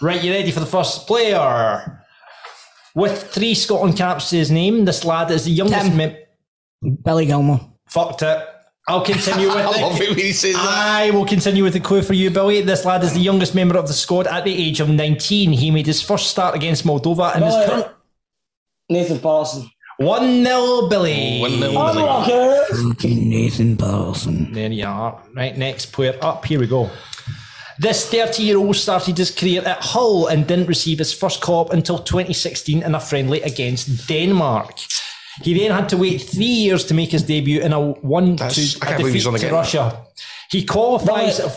S4: Right, you ready for the first player? With three Scotland caps to his name, this lad is the youngest
S6: Tim.
S4: mem-
S6: Billy Gilmore.
S4: Fucked it. I'll continue with
S5: I
S4: it.
S5: love it when he says that.
S4: I will continue with the clue for you, Billy. This lad is the youngest member of the squad at the age of 19. He made his first start against Moldova and
S9: Billy.
S4: is current
S9: Nathan Parson.
S4: 1 0 Billy.
S5: One nil, Billy.
S9: Unlucky.
S6: Fucking Nathan Paulson.
S4: There you are. Right, next player up. Here we go. This 30 year old started his career at Hull and didn't receive his first call up until 2016 in a friendly against Denmark. He then had to wait three years to make his debut in a 1 2
S5: That's- I can't believe
S4: defeat
S5: he's on
S4: to
S5: again.
S4: Russia. He qualifies.
S9: Billy.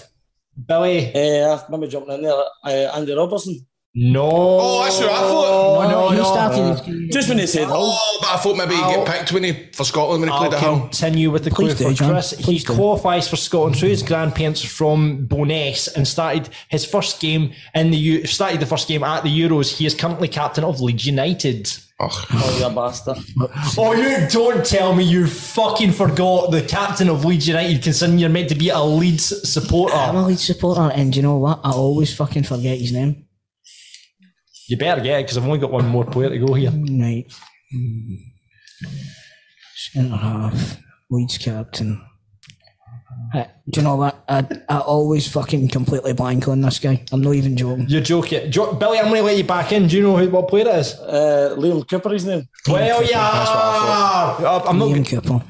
S4: Billy.
S9: Eh, I remember jumping in there. Uh, Andy Robertson.
S4: No.
S5: Oh, that's what I thought.
S4: No, no,
S6: he
S4: no.
S6: started. his-
S9: Just when they said Hull.
S5: Oh, but I thought maybe he'd get picked when he for Scotland when he
S4: I'll
S5: played at Hull.
S4: continue with the clue
S6: Please
S4: for
S6: do, John.
S4: Chris. He
S6: Please do.
S4: qualifies for Scotland through his grandparents from Boness and started his first game in the U- started the first game at the Euros. He is currently captain of Leeds United.
S5: Ugh.
S9: Oh, you bastard.
S4: Oh, you don't tell me you fucking forgot the captain of Leeds United, considering you're meant to be a Leeds
S6: I'm
S4: supporter.
S6: a lead supporter, and you know what? I always fucking forget his name.
S4: You better get it because I've only got one more player to go here.
S6: Right. Centre half, Leeds captain. Uh, do you know what? I, I always fucking completely blank on this guy. I'm not even joking.
S4: You're joking, jo- Billy. I'm going to let you back in. Do you know who what player it is?
S9: Uh, Liam Cooper, his name.
S4: well, yeah. Uh, I'm not.
S6: Liam Cooper.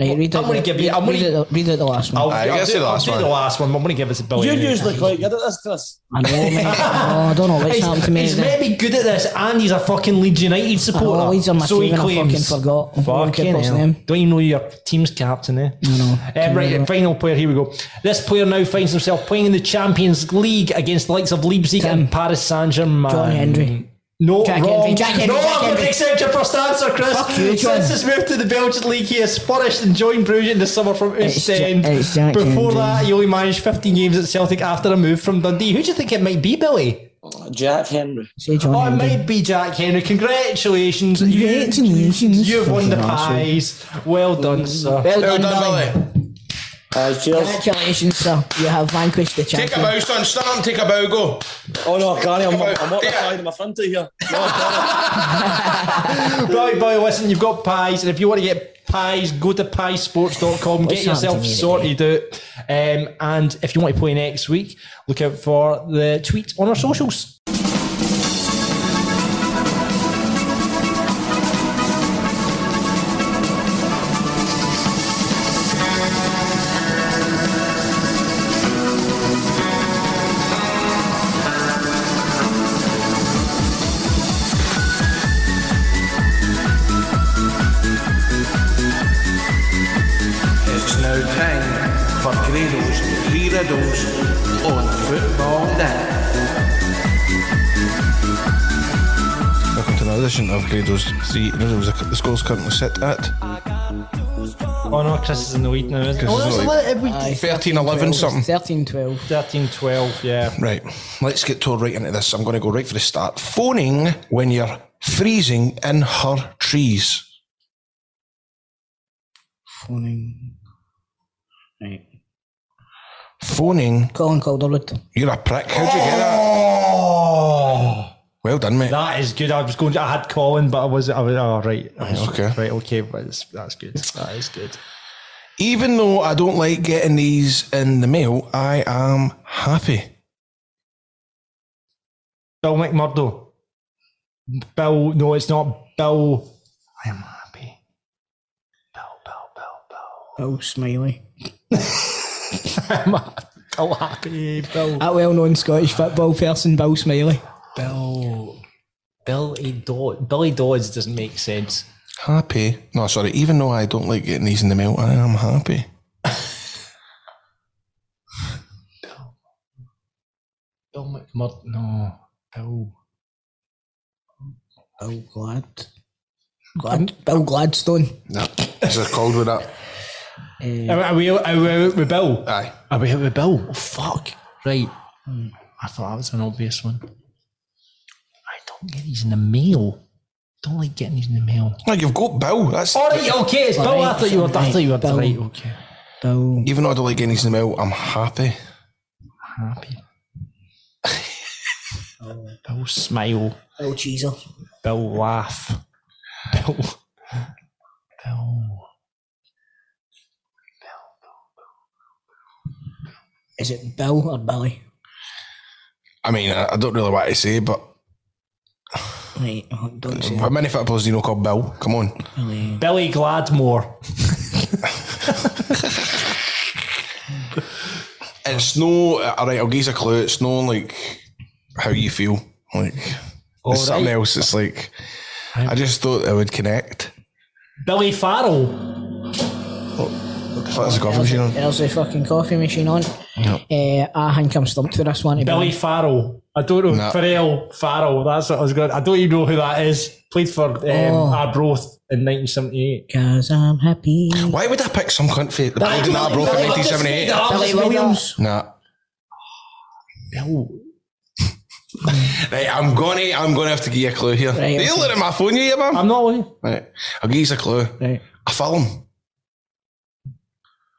S6: Right, read
S4: I'm
S6: it,
S4: gonna give you- I'm
S6: read,
S4: gonna-
S6: it, the- read it the last one.
S4: I'll,
S6: i
S5: Aye, I
S4: I'll
S5: guess
S4: do,
S5: the
S4: I'll
S5: last
S4: do
S5: one.
S4: the last one. but I'm going to give it to Billy.
S9: You're
S4: anyway.
S9: usually quite good at this, Chris.
S6: know, mate. Oh, I don't know what's
S4: He's,
S6: happened to me.
S4: he's
S6: today.
S4: maybe good at this, and he's a fucking Leeds United supporter.
S6: Oh, Leeds are my
S4: so he
S6: favourite, I
S4: claims.
S6: fucking forgot. I don't
S4: Fucking
S6: care what's
S4: hell.
S6: them.
S4: Don't even know your team's captain, eh?
S6: know.
S4: Um, right, final player. Here we go. This player now finds himself playing in the Champions League against the likes of Leipzig and Paris Saint Germain.
S6: John Henry.
S4: No,
S6: Jack
S4: wrong.
S6: Henry, Jack Henry,
S4: no,
S6: Jack
S4: I'm going
S6: Henry.
S4: to accept your first answer, Chris.
S6: Fuck you, John.
S4: Since his move to the Belgian league, he has flourished and joined Bruges in the summer from
S6: It's Ja-
S4: Ostend.
S6: it's Jack
S4: Before
S6: Henry.
S4: that, he only managed 15 games at Celtic after a move from Dundee. Who do you think it might be, Billy?
S9: Jack Henry.
S6: Say John
S4: Oh, it
S6: Henry.
S4: might be Jack Henry. Congratulations. You-
S6: Congratulations.
S4: You've won the
S6: Fucking asshole.
S4: pies. Well done, sir.
S6: Well
S5: Well
S6: done, Billy.
S5: done, Billy.
S9: Uh, cheers.
S6: Congratulations, sir. You have vanquished the
S5: Take a
S6: champion.
S5: bow, son. Start and take a bow. Go.
S9: Oh no, Granny, I'm, I'm, I'm up
S5: Yeah.
S9: yeah. in my front of
S4: [laughs]
S9: here. No,
S4: Right, boy, listen, you've got pies, and if you want to get pies, go to piesports.com, get
S6: What's
S4: yourself
S6: happening
S4: sorted out. Um, and if you want to play next week, look out for the tweet on our socials.
S10: It's now time for Grado's three riddles on football day.
S5: Welcome to another edition of Grado's Three Riddles. The score's currently set at
S4: Oh no, Chris is in the lead now, isn't he?
S5: Chris
S4: Oh,
S5: is in
S4: that's
S5: the
S4: a little- we-
S5: 13 11 something.
S6: 13 12.
S4: 13 12, yeah.
S5: Right, let's get tore right into this. I'm going to go right for the start. Phoning when you're freezing in her trees.
S6: Phoning. Right.
S5: Phoning,
S6: Colin Calderwood.
S5: you're a prick. How'd you get that?
S4: Oh,
S5: Well done, mate.
S4: that is good. I was going to, I had Colin, but I was, I was, oh, right. I was-
S5: Okay.
S4: Right, okay, but it's, that's good. That is good.
S5: Even though I don't like getting these in the mail, I am happy.
S4: Bill McMurdo. Bill, no, it's not Bill. I am happy. Bill, Bill, Bill, Bill.
S6: Bill Smiley.
S4: I'm happy. Bill happy. Bill.
S6: That well known Scottish football person, Bill Smiley.
S4: Bill. Billy Dodd. Billy Dodds doesn't make sense.
S5: Happy. No, sorry. Even though I don't like getting these in the mail, I am happy.
S4: Bill McMurdo. No. Bill.
S6: Bill Glad. Glad. Bill Gladstone.
S5: No, is it called with that?
S4: Are, are we, are we out with Bill?
S5: Aye.
S4: Are we out with Bill? Oh, fuck. Right. I thought that was an obvious one. I don't get these in the mail. Don't like getting these in the mail.
S5: No, you've got Bill. That's
S4: All right, okay, it's Bill. I thought you were. I thought you were
S6: Bill.
S4: right. Okay,
S6: Bill.
S5: even though I don't like getting these in the mail, I'm happy.
S4: happy. Bill smile.
S6: Bill Cheeser.
S4: Bill laugh. Bill. Bill.
S6: Is it Bill or Billy?
S5: I mean, I I don't really want to say, but
S6: Right. Oh, don't say
S5: how many footballers do you know called Bill? Come on.
S6: Billy.
S4: Billy Gladmore.
S5: It's no, all right, I'll give you a clue. It's no like how you feel. Like, it's something
S4: right.
S5: else. It's like, I just thought it would connect.
S4: Billy Farrell.
S5: That's a coffee machine on.
S6: There's the fucking coffee machine on. Eh, I think I'm stumped for this one. to be
S4: Billy
S6: honest.
S4: Farrell. I don't know.
S5: No.
S4: Farrell Farrell. That's what I was going. I don't even know who that is. Played for um,
S6: Oh.
S4: Arbroath in 1978.
S6: Cause I'm happy.
S5: Why would I pick some cunt for the Bill in Arbroath in 1978?
S6: Billy Williams.
S5: Nah.
S4: Bill.
S5: [laughs] Right, I'm gonna, I'm gonna have to give you a clue here.
S6: Right,
S5: Are you
S6: okay. Um,
S5: looking at my phone, you, man?
S4: I'm not lying.
S5: Right, I'll give you a clue.
S6: Right.
S5: A film.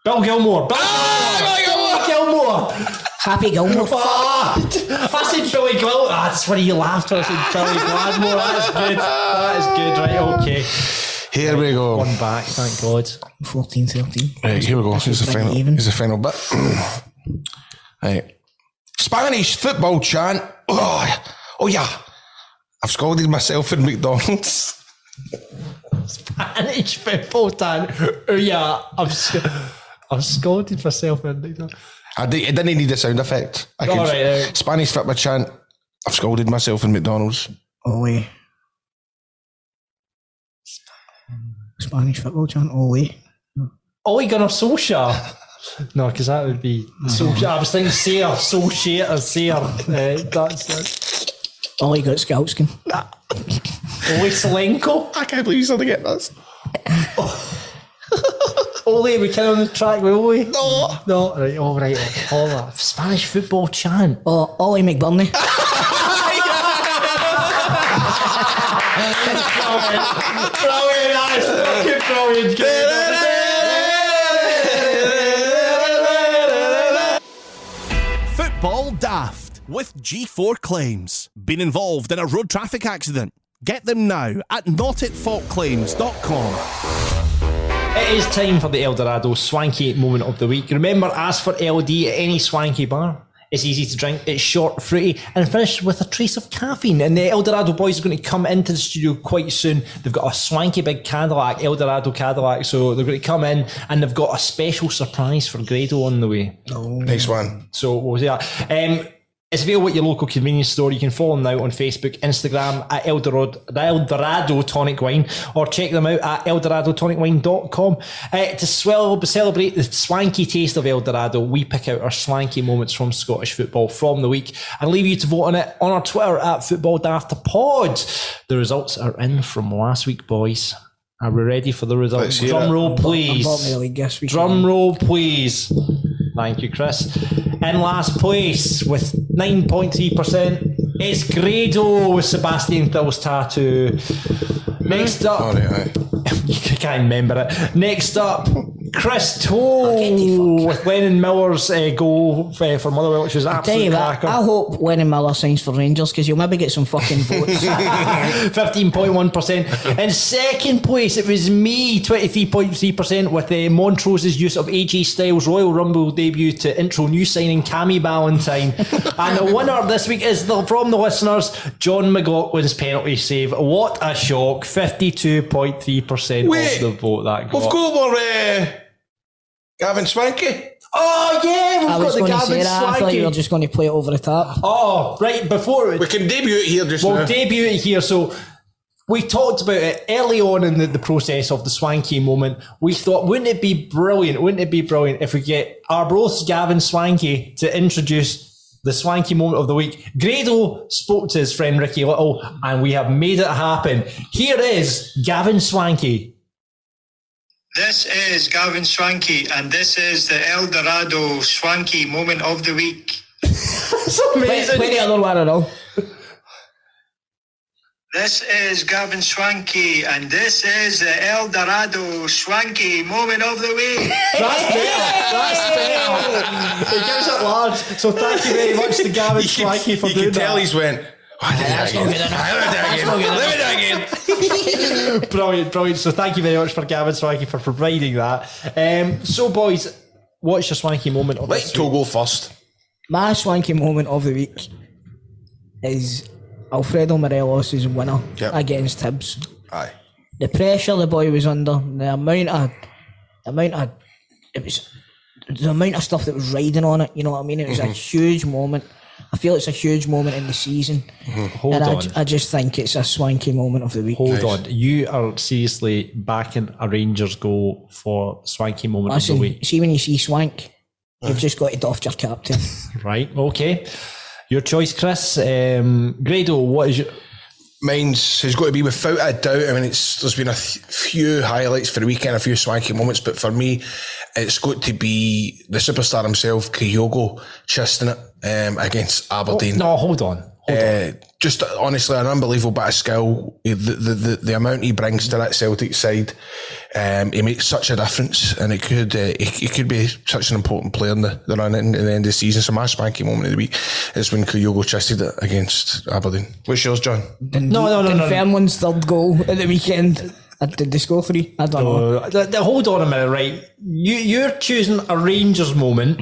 S4: Bill Gilmore. Bill Ah! Gilmore. Bill Gilmore.
S6: Happy Gilmore.
S4: Ah, if I said Billy Gladmore, ah, that's when he laughed. when I said Billy Gladmore. That's good. That is good. Right, okay.
S5: Here we go.
S4: One back, thank [laughs] God.
S6: 14, 13.
S5: Right, here we go. Here's the
S6: pretty
S5: final.
S6: even.
S5: Here's the final bit. [clears throat] right. Spanish football chant. Oh, yeah. oh yeah. I've scalded myself in McDonald's. [laughs]
S4: Spanish football time. Oh, yeah, I've, sc- I've scolded myself. In the-
S5: I, di- I didn't need the sound effect. I
S4: All right, right.
S5: Spanish football chant. I've scalded myself in McDonald's.
S6: Ole. Spanish football chant, Ole.
S4: Ollie Gunnar Solskjaer. No, because that would [laughs] be Solskjaer. I was thinking Sear, Solskjaer, Sear. Uh, that's, that's
S6: Oh, he got Skalskin.
S4: Lislenko.
S5: I can't believe he's going to get this.
S4: Ole, we kind of on the track with Ole. No. No, right, all right. All that. Spanish football chant.
S6: Oh, Ollie McBurney.
S4: Brilliant, that's fucking brilliant.
S1: Football Daft with G4 Claims. Been involved in a road traffic accident? Get them now at notitfaultclaims.com.
S4: It is time for the Eldorado swanky moment of the week. Remember, ask for LD at any swanky bar. It's easy to drink, it's short, fruity, and finished with a trace of caffeine. And the Eldorado boys are going to come into the studio quite soon. They've got a swanky big Cadillac, Eldorado Cadillac, so they're going to come in and they've got a special surprise for Grado on the way.
S5: Next one.
S4: So what was that? Um, it's available at your local convenience store. You can follow them now on Facebook, Instagram at Eldorado, the Eldorado Tonic Wine, or check them out at eldoradotonicwine.com. Uh, to swell, celebrate the swanky taste of Eldorado, we pick out our swanky moments from Scottish football from the week and leave you to vote on it on our Twitter at FootballDafterPod. The results are in from last week, boys. Are we ready for the results?
S5: Let's hear
S4: Drum
S5: it.
S4: roll, please.
S6: Bought me the league this week.
S4: Drum roll, please. Thank you, Chris. In last place with 9.3%, it's Grado with Sebastian Phil's tattoo. Next
S5: All
S4: up,
S5: right, aye.
S4: [laughs] you can't remember it. Next up, Chris
S6: the
S4: Toe with Lennon Miller's uh, goal uh, for Motherwell, which was
S6: Tell you
S4: absolute
S6: what,
S4: cracker.
S6: I hope Lennon Miller signs for Rangers because you'll maybe get
S4: [laughs]
S6: some fucking votes.
S4: 15.1%. In second place, it was me, 23.3%, with uh, Montrose's use of AJ Styles' Royal Rumble debut to intro new signing Cammy Ballantyne. and the winner this week is the, from the listeners, John McLaughlin's penalty save. What a shock. 52.3%
S5: Wait.
S4: of the vote that
S5: We've
S4: got.
S5: got more uh, Gavin Swanky.
S4: oh, yeah, we've
S6: I
S4: got
S6: was
S4: the
S6: going to say
S4: Gavin
S6: that. I thought you were
S4: Swanky.
S6: just going to play it over the top.
S4: Oh, right, before
S5: We can debut it here just
S4: We'll
S5: now.
S4: debut it here. So we talked about it early on in the, the process of the Swanky moment. We thought, wouldn't it be brilliant? Wouldn't it be brilliant if we get our boss Gavin Swanky to introduce the Swanky moment of the week? Grado spoke to his friend Ricky Little, and we have made it happen. Here is Gavin Swanky.
S11: This is Gavin Swanky, and this is the El Dorado Swanky moment of the week.
S4: It's
S6: Play,
S4: amazing.
S6: play the other one at all.
S11: This is Gavin Swanky, and this is the El Dorado Swanky moment of the week.
S4: [laughs] That's better. That's better. It gives it large. So thank you very much to Gavin
S5: You
S4: Swanky for
S5: you
S4: doing
S5: can tell
S4: that.
S5: he's went. I did that again. I did that again. Let me do it again.
S4: brilliant, brilliant. So thank you very much for Gavin Swanky for providing that. Um, so boys, what's your swanky moment of
S5: Let
S4: this week?
S5: Togo first.
S6: My swanky moment of the week is Alfredo Morelos' winner
S5: Yep.
S6: against Hibs.
S5: Aye.
S6: The pressure the boy was under, the amount of, the amount of, it was, the amount of stuff that was riding on it. You know what I mean? It was a huge moment. I feel it's a huge moment in the season,
S4: Hold
S6: and I,
S4: on.
S6: ju- I just think it's a swanky moment of the week.
S4: Hold on, you are seriously backing a Rangers goal for swanky moment
S6: Listen,
S4: of the week,
S6: see when you see swank, you've just got it off your captain.
S4: right? Okay, your choice, Chris. Um, Grado, what is your?
S5: Mine's has got to be without a doubt. I mean, it's there's been a th- few highlights for the weekend, a few swanky moments, but for me, it's got to be the superstar himself, Kyogo, chisting it um, against Aberdeen.
S4: Oh, No, hold on. Hold on.
S5: Uh, just honestly, an unbelievable bit of skill. The, the, the, the amount he brings to that Celtic side, um, he makes such a difference, and it could uh, he, he could be such an important player in the, the run in, in the end of the season. So my spanky moment of the week is when Kyogo chisted it against Aberdeen. What's yours, John?
S4: No, no, no, no, no.
S6: Dunfermline's third goal at the weekend. Uh, Did they score three? I don't know.
S4: Uh, th- th- hold on a minute, right? You you're choosing a Rangers moment.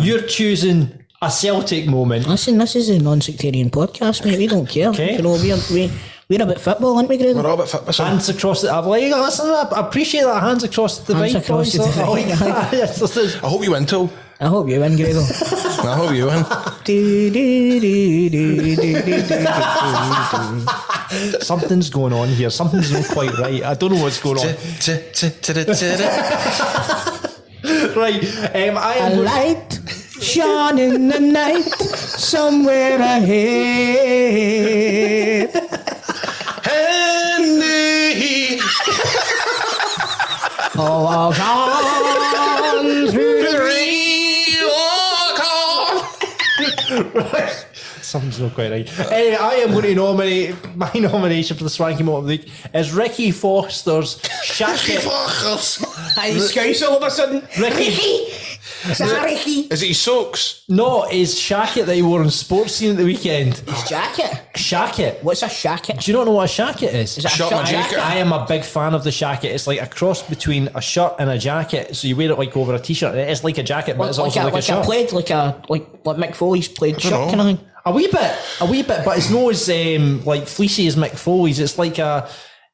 S4: You're choosing a Celtic moment.
S6: Listen, this is a non-sectarian podcast, mate. We don't care.
S4: Okay.
S6: You know, we're, we, we're about football, aren't we, Greg?
S5: We're all a bit fit, myself.
S4: Hands across the I've like, listen, I I appreciate that hands across the
S6: Hands
S4: divide.
S6: across
S4: boys.
S6: the
S4: I like
S6: divide.
S4: that. [laughs] Yes, this is-
S5: I hope you win, Till.
S6: I hope you
S4: [laughs]
S6: win, Greg.
S5: I hope you win.
S4: Something's going on here. Something's not quite right. I don't know what's going
S6: [laughs]
S4: on.
S5: T-t-t-t-t-t-t.
S4: Right. Um, I
S6: I
S4: am
S6: lied. Shone in the night, somewhere ahead.
S10: Henry.
S6: Oh, walk [laughs] on through the
S4: Something's not quite right. Anyway, I am going to nominate [laughs] my nomination for the Swanky Moment of the Week is Ricky Foster's Shacket.
S6: Hey, Scouse all of a sudden.
S4: Ricky.
S6: [laughs] Sorry, Ricky.
S4: Is it his socks? No, his shacket that he wore on sports scene at the weekend.
S6: His jacket.
S4: Shacket.
S6: What's a shacket?
S4: Do you not know what a shacket is?
S6: Is it a Shot and a shirt? jacket?
S4: I am a big fan of the shacket. It's like a cross between a shirt and a jacket. So you wear it like over a t-shirt. It is like a jacket, but
S6: Like,
S4: it's
S6: like,
S4: also
S6: a,
S4: like, a,
S6: like a
S4: shirt.
S6: played, like a like like Mick Foley's played
S4: I
S6: shirt
S4: dunno.
S6: kind of thing.
S4: A wee bit, a wee bit, but it's not as um, like fleecy as Mick Foley's. It's like a,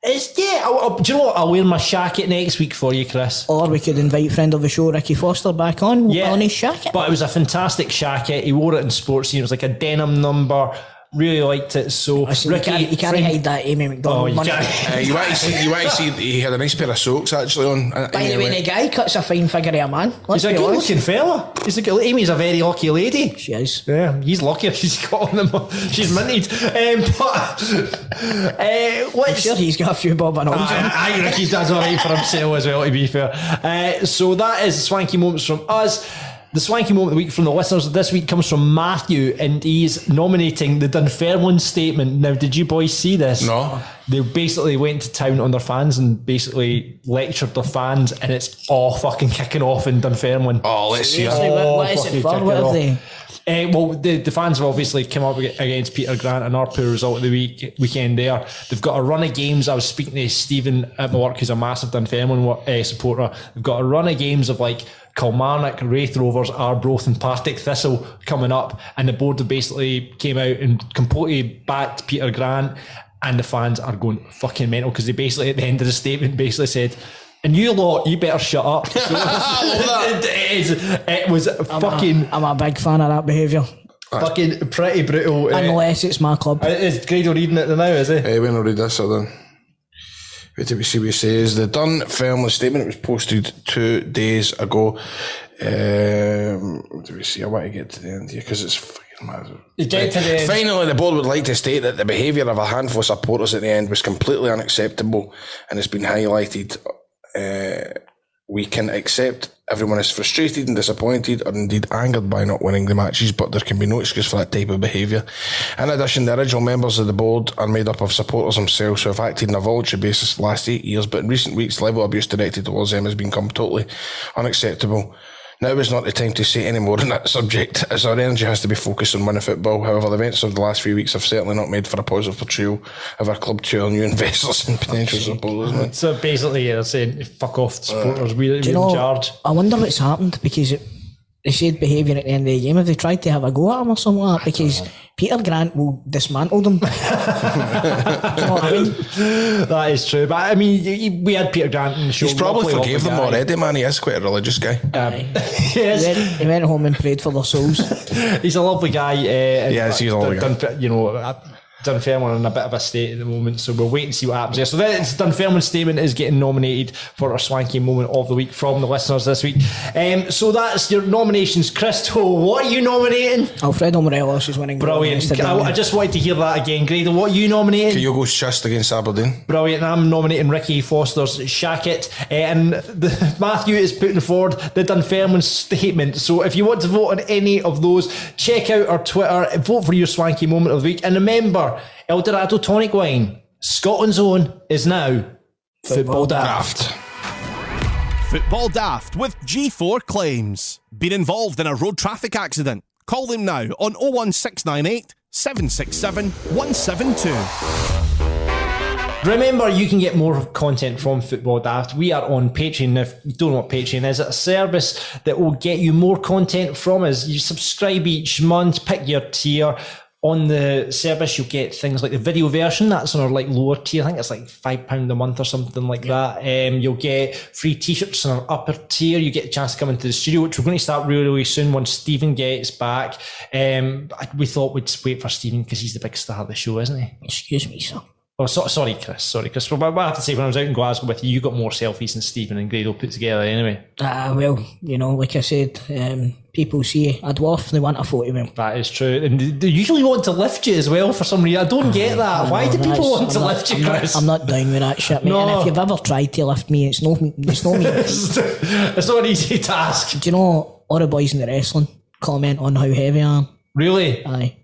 S4: it's yeah. I, I- do you know what? I'll wear my shacket next week for you, Chris.
S6: Or we could invite friend of the show Ricky Foster back on
S4: Yeah.
S6: on his jacket.
S4: But it was a fantastic shacket. He wore it in sports. It was like a denim number. Really liked it. So
S6: You
S4: Ricky,
S6: can't, you can't
S4: friend-
S6: hide that Amy
S4: Oh,
S6: McDonald
S4: you
S6: money.
S4: can't.
S6: [laughs]
S5: Uh, you want to see? You want to see? He had a nice pair of socks actually on. uh,
S6: By the
S5: anyway.
S6: way, the guy cuts a fine figure of a man.
S4: He's
S6: Let's
S4: a
S6: be
S4: good
S6: honest.
S4: looking fella. He's a good, Amy's a very lucky lady.
S6: She is.
S4: Yeah, he's lucky [laughs] she's got on them. She's minted. Um, but [laughs] uh,
S6: I'm
S4: what's
S6: sure he's got a few bob and holes on.
S4: I, I Ricky's dad's all right for himself as well, to be fair. Uh, so that is swanky moments from us. The swanky moment of the week from the listeners this week comes from Matthew, and he's nominating the Dunfermline statement. Now, did you boys see this?
S5: No.
S4: They basically went to town on their fans and basically lectured their fans, and it's all fucking kicking off in Dunfermline.
S5: Oh, let's see.
S6: Seriously,
S5: it.
S6: what- what is
S4: fucking
S6: it for?
S4: kicking
S6: What have
S4: off.
S6: they?
S4: Eh, well, the, the fans have obviously come up ag- against Peter Grant and our poor result of the week weekend there. They've got a run of games. I was speaking to Stephen at my work, who's a massive Dunfermline wa- eh, supporter. They've got a run of games of like Kilmarnock, Wraith Rovers, Arbroath, and Partick Thistle coming up. And the board have basically came out and completely backed Peter Grant. And the fans are going fucking mental because they basically, at the end of the statement, basically said, and you lot, you better shut up. [laughs] So
S6: [laughs]
S4: it, is- it was fucking
S6: I'm a big fan of that behaviour.
S4: fucking pretty brutal. Uh,
S6: Unless it's my club.
S4: is Grado reading it now, is he?
S5: Uh, when I read this, I then. Wait till we see what it says. The Dun family statement it was posted two days ago. Um, what do we see? I want to get to the end here because it's fucking mad.
S4: Get to the end.
S5: Finally, the board would like to state that the behaviour of a handful of supporters at the end was completely unacceptable and has been highlighted. Uh, we can accept everyone is frustrated and disappointed or indeed angered by not winning the matches, but there can be no excuse for that type of behaviour. In addition, the original members of the board are made up of supporters themselves who have acted on a voluntary basis the last eight years, but in recent weeks, level abuse directed towards them has become totally unacceptable. Now is not the time to say any more on that subject, as our energy has to be focused on winning football. However, the events of the last few weeks have certainly not made for a positive portrayal of our club to our new [laughs] investors and potential supporters. mate.
S4: So basically, yeah, they're saying fuck off, supporters. We, we're
S6: Do you
S4: in
S6: know,
S4: charge.
S6: I wonder what's happened because it, they said behaviour at the end of the game. Have they tried to have a go at him or something like that? Because Peter Grant will
S4: [laughs]
S6: dismantle them. [laughs] Do you know what I mean?
S4: That is true. But I mean, y- y- we had Peter Grant in the show.
S5: He's probably
S4: Lovely,
S5: forgave
S4: lovely
S5: them
S4: guy.
S5: already, man. He is quite a religious guy.
S6: He
S4: Yes,
S6: went, he went home and prayed for their souls.
S4: he's a lovely guy. Uh,
S5: Yes, he's a lovely guy.
S4: Dunfer- you know, uh, Dunfermline in a bit of a state at the moment, so we'll wait and see what happens there. So that's Dunfermline statement is getting nominated for our swanky moment of the week from the listeners this week. Um, so that's your nominations, Crystal. What are you nominating?
S6: Alfredo Morelos is winning.
S4: Brilliant.
S6: yesterday.
S4: I, I just wanted to hear that again, Grado. What are you nominating?
S5: Kyogo's chest against Aberdeen.
S4: Brilliant. I'm nominating Ricky Foster's Shacket. Eh, And the, Matthew is putting forward the Dunfermline statement. So if you want to vote on any of those, check out our Twitter, vote for your swanky moment of the week. And remember, El Dorado Tonic Wine, Scotland's own, is now football daft.
S5: Daft.
S1: Football Daft with G4 Claims. Been involved in a road traffic accident? Call them now on 01698 767 172.
S4: Remember, you can get more content from Football Daft. We are on Patreon. If you don't know what Patreon is, it's a service that will get you more content from us. You subscribe each month, pick your tier. On the service, you'll get things like the video version. That's on our like lower tier. I think it's like five pound a month or something like that. Um, you'll get free t-shirts on our upper tier. You get a chance to come into the studio, which we're going to start really, really soon once Stephen gets back. Um, I- we thought we'd wait for Stephen because he's the big star of the show, isn't he?
S6: Excuse me, sir.
S12: Oh, so, sorry, Chris. Sorry, Chris. But I have to say, when I was out in Glasgow with you, you got more selfies than Stephen and Grado put together anyway.
S6: Ah, well, you know, like I said, um, people see a dwarf, they want a photo of him.
S12: That is true. And they- they usually want to lift you as well for some reason. I
S6: Oh,
S12: don't get that. Why do people want to lift you,
S6: I'm not-
S12: Chris?
S6: I'm not down with that shit, mate. And
S12: No.
S6: if you've ever tried to lift me, it's no, it's no
S12: [laughs] [laughs]
S6: me.
S12: it's not an easy task.
S6: Do you know all the boys in the wrestling comment on how heavy I am?
S12: Really?
S6: Aye.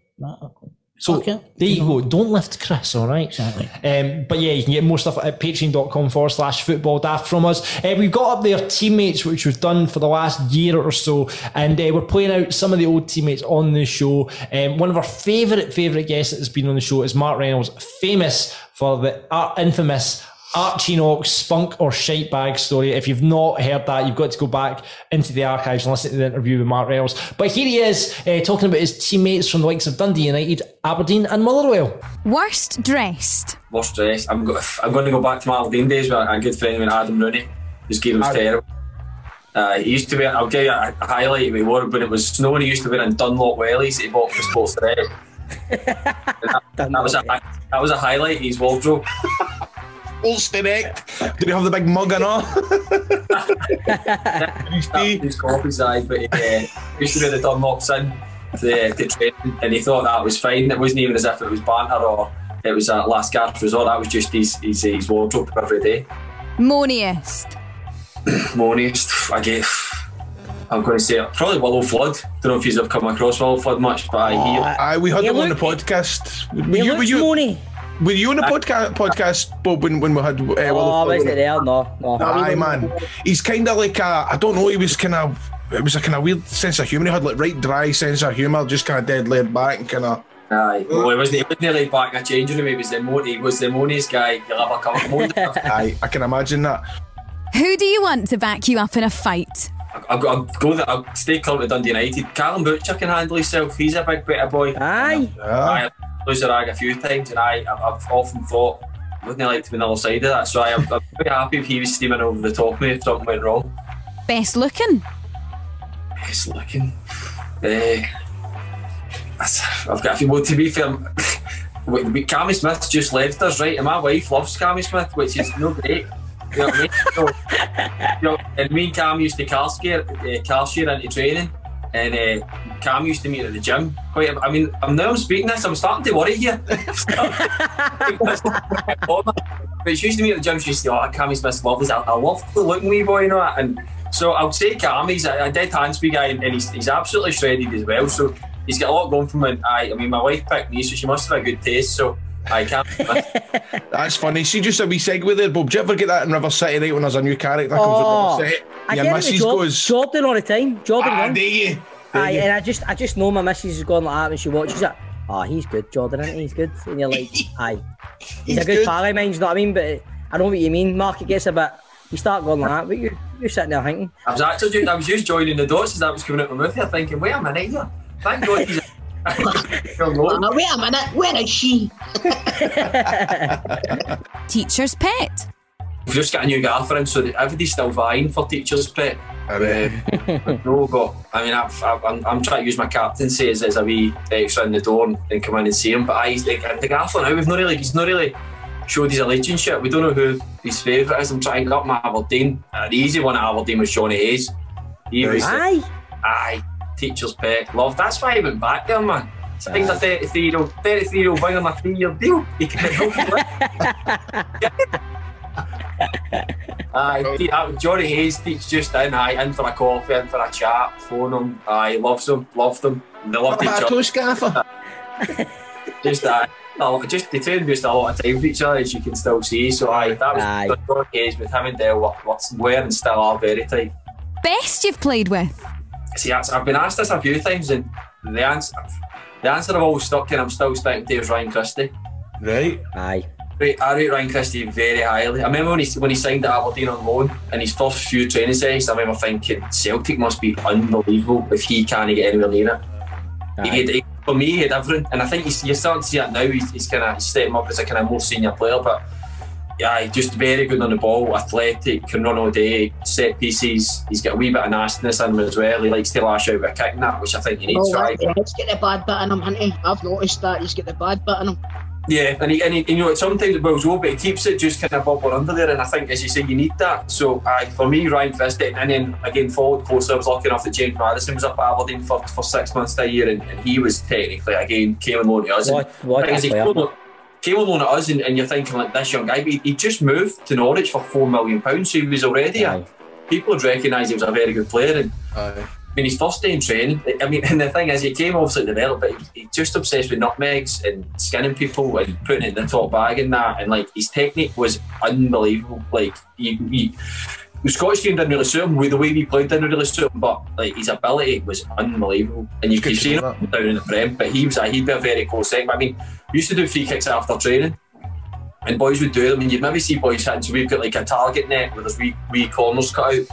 S12: So there you go. Don't lift Chris, all right? Exactly. Um, but yeah, you can get more stuff at patreon.com forward slash football daft from us. Uh, we've got up there teammates, which we've done for the last year or so, and uh, we're playing out some of the old teammates on the show. Um, one of our favourite, favourite guests that has been on the show is Mark Reynolds, famous for the uh, infamous Archie Knox spunk or shite bag story. If you've not heard that, you've got to go back into the archives and listen to the interview with Mark Reynolds. But here he is uh, talking about his teammates from the likes of Dundee United, Aberdeen, and Motherwell.
S7: Worst dressed.
S4: Worst dress. I'm, go- I'm going to go back to my Aberdeen days with a good friend of mine, Adam Rooney, whose game was terrible. Uh, he used to wear, I'll give you a, a highlight, he wore when it was [laughs] snowing, he used to wear in Dunlop wellies that he bought from Sports Direct. that, that was a, hi- that was a highlight, his wardrobe.
S5: Sports Direct. Did he have the big mug
S4: [laughs]
S5: and all? [laughs]
S4: His coffee's eyes, but he uh, used to wear the Dunlops in to, uh, to train, and he thought that was fine. It wasn't even as if it was banter or it was a last gasp resort. That was just his, his, his wardrobe every day.
S7: Moaniest.
S4: Mornings, I get. I'm going to say it. probably Willow Flood. Don't know if you've come across Willow Flood much, but I hear.
S5: Aye, we had him on the podcast. Were you, were you, were you on the podca- podcast, Bob, when, when we had. Uh,
S13: I wasn't there, no, no.
S5: Aye, man. He's kind of like a. I don't know, he was kind of. It was a kind of weird sense of humour. He had like right dry sense of humour, just kind of dead laid back and kind of.
S4: Aye, well, it wasn't, it wasn't like back in a change room, it was the, mo- he was the Monies guy. You'll have a couple
S5: Aye, I can imagine that.
S7: Who do you want to back you up in a fight?
S4: I'll go, I'll go there, I'll stay close to Dundee United. Callum Butcher can handle himself, he's a big better boy. Aye. Aye, I've lost the rag a few times and I, I've, I've often thought, wouldn't I like to be on the other side of that? So I, I'm, I'm very happy if he was steaming over the top of me if something went wrong.
S7: Best looking.
S4: It's looking. Eh, that's- I've got a few. Well, to be fair, [laughs] we, we, Cammy Smith just left us, right? And my wife loves Cammy Smith, which is no great. You know what I mean? So, you know, and me and Cam used to car share, uh, car share into training, and uh, Cam used to meet at the gym. Quite. a- I mean, I'm now I'm speaking this, I'm starting to worry here. But she used to meet at the gym, she used to say, Oh, Cammy's Miss Lovelace, I, I love the looking wee boy, you know. And so I would say Cam, he's a, a dead handspeed guy and, and he's, he's absolutely shredded as well. So he's got a lot going for him. And I, I mean, my wife picked me, so she must have a good taste. So I can't.
S5: That's funny. See, just a wee segue there, Bob. Do you ever get that in River City, right, when there's a new character comes up
S13: Oh,
S5: to River City?
S13: I
S5: Your
S13: get it with
S5: missus
S13: Jor-
S5: goes.
S13: Jordan all the time. Jordan
S5: Ah,
S13: wins.
S5: do you? Do
S13: Aye,
S5: you?
S13: and I just, I just know my missus is going like that when she watches it. Ah, he's good, Jordan, isn't he? He's good. And you're
S5: [laughs]
S13: like, aye, he's, a good, pal of mine. do You know what I mean? But I know what you mean. Mark, it gets a bit. You start going like that, but you, you're sitting there thinking.
S4: I was actually just, I was just joining the dots as that was coming up my mouth here, thinking, Wait a minute here. Thank God he's. [laughs]
S14: Now, wait a minute, where is she?
S7: Teacher's pet.
S4: We've just got a new gaffer in, so that everybody's still vying for teacher's pet. Um, no, but I mean, I've, I've, I'm, I'm trying to use my captaincy as, as a wee extra in the door and, and come in and see him. But I, the, the gaffer now, we've not really, he's not really showed his relationship. We don't know who his favourite is. I'm trying up my Aberdeen. Uh, the easy one at Aberdeen was Johnny Hayes. He was
S13: Aye.
S4: aye, teacher's pet, love. That's why he went back there, man. It's like a 33 year old, 33 year old wing on a three year deal. He can't help it. Aye, Pete, uh, Johnny Hayes teach just in. Aye, in for a coffee, in for a chat, phone him. Aye, loves them, loved them. They loved each other.
S5: gaffer.
S4: [laughs] Just that. No, just they trained just a lot of time for each other, as you can still see. So aye, that was
S13: Aye.
S4: Johnny Hayes with him and Dale were, were, were and still are very tight.
S7: Best you've played with.
S4: See, that's, I've been asked this a few times, and the answer, the answer I've always stuck to, and I'm still sticking to, is Ryan Christie.
S5: Right.
S13: Aye.
S4: Right, I rate Ryan Christie very highly. I remember when he when he signed at Aberdeen on loan, and his first few training sessions, I remember thinking Celtic must be unbelievable if he can't get anywhere near it. He had, he- for me, he had everything, and I think he's, you're starting to see that now. He's, he's kind of stepping up as a kind of more senior player, but yeah, he's just very good on the ball, athletic, can run all day, set pieces. He's got a wee bit of nastiness in him as well. He likes to lash out with a kick and that, which I think he needs.
S14: Oh,
S4: to
S14: he's got the bad bit in him, hasn't he? I've noticed that he's got the bad bit in him.
S4: Yeah, and, he, and, he, and you know, sometimes it boils over, but he keeps it just kind of bubbling under there. And I think, as you say, you need that. So, aye, for me, Ryan Fisted, and then again, followed closer. I was lucky enough that James Madison was up at Aberdeen for, for six months to a year, and, and he was technically, again, came on loan to us.
S13: What- what
S4: and,
S13: a
S4: as he
S13: player.
S4: came on- came on loan at us, and, and you're thinking, like, this young guy, but he, he just moved to Norwich for £4 million, pounds, so he was already a- people had recognised he was a very good player. And I mean, his first day in training, I mean, [laughs] and the thing is, he came obviously developed, but he- he's just obsessed with nutmegs and skinning people and putting it in the top bag and that. And like, his technique was unbelievable. Like, you, you, the Scottish game didn't really suit him. with The way we played didn't really suit him, but like his ability was unbelievable. And you could see him down in the prem, but he was a, he'd be a very close second. I mean, we used to do free kicks after training and boys would do them, and you'd maybe see boys hitting. So we've got like a target net where there's wee, wee corners cut out,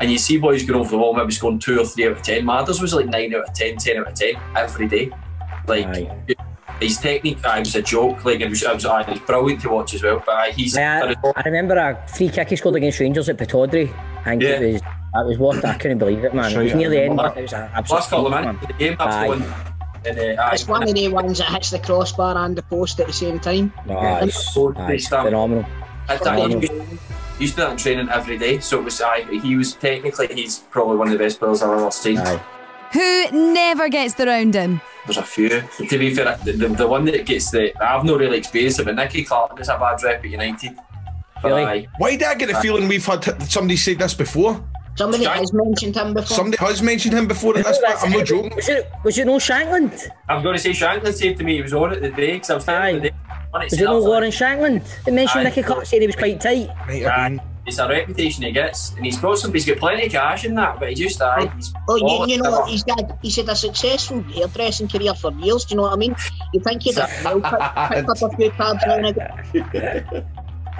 S4: and you see boys going over the wall, maybe scoring two or three out of ten. Madders was like nine out of ten, ten out of ten every day. Like his technique, I was a joke. Like it was, it was, aye, it was brilliant to watch as well. But aye, he's
S13: I remember a free kick he scored against Rangers at Pataudry. And
S4: Yeah.
S13: it was, that was what I couldn't believe it, man. It was near the end, but it was an absolute.
S4: last couple of
S13: man.
S4: minutes of the game. That's
S13: Aye.
S4: the one. And, uh, aye,
S6: It's one of the ones that hits the crossbar and the post at the same time.
S13: Nice. Nice. Phenomenal.
S4: At that age, we used to do that in training every day, so it was. Aye, he was technically he's probably one of the best players I've ever seen.
S7: Who never gets the round him?
S4: There's a few. To be fair, the, the, the one that gets the I've not really experienced it, but Nicky Clark gets a bad rep at United. But aye.
S5: Why did I get the feeling we've had somebody say this before?
S6: Somebody has mentioned him before.
S5: Somebody has mentioned him before, and that's why I'm not joking.
S13: Was it, was it no Shankland?
S4: I've got to say, Shanklin said to me he was on it the day because I was standing the day. on it,
S13: Was
S4: said,
S13: it no
S4: "That's a-
S13: Lauren Shankland? They mentioned
S4: Aye.
S13: Nicky Clark said he was quite tight.
S4: Aye, It's a reputation he gets, and he's got some. He's got plenty of cash in that, but he just aye. He's
S6: Oh, you, you know
S4: never-
S6: what? He's had, he's had a successful hairdressing career for years, do you know what I mean? You think
S5: [laughs]
S6: he'd have well pick- picked up a few tabs now and again.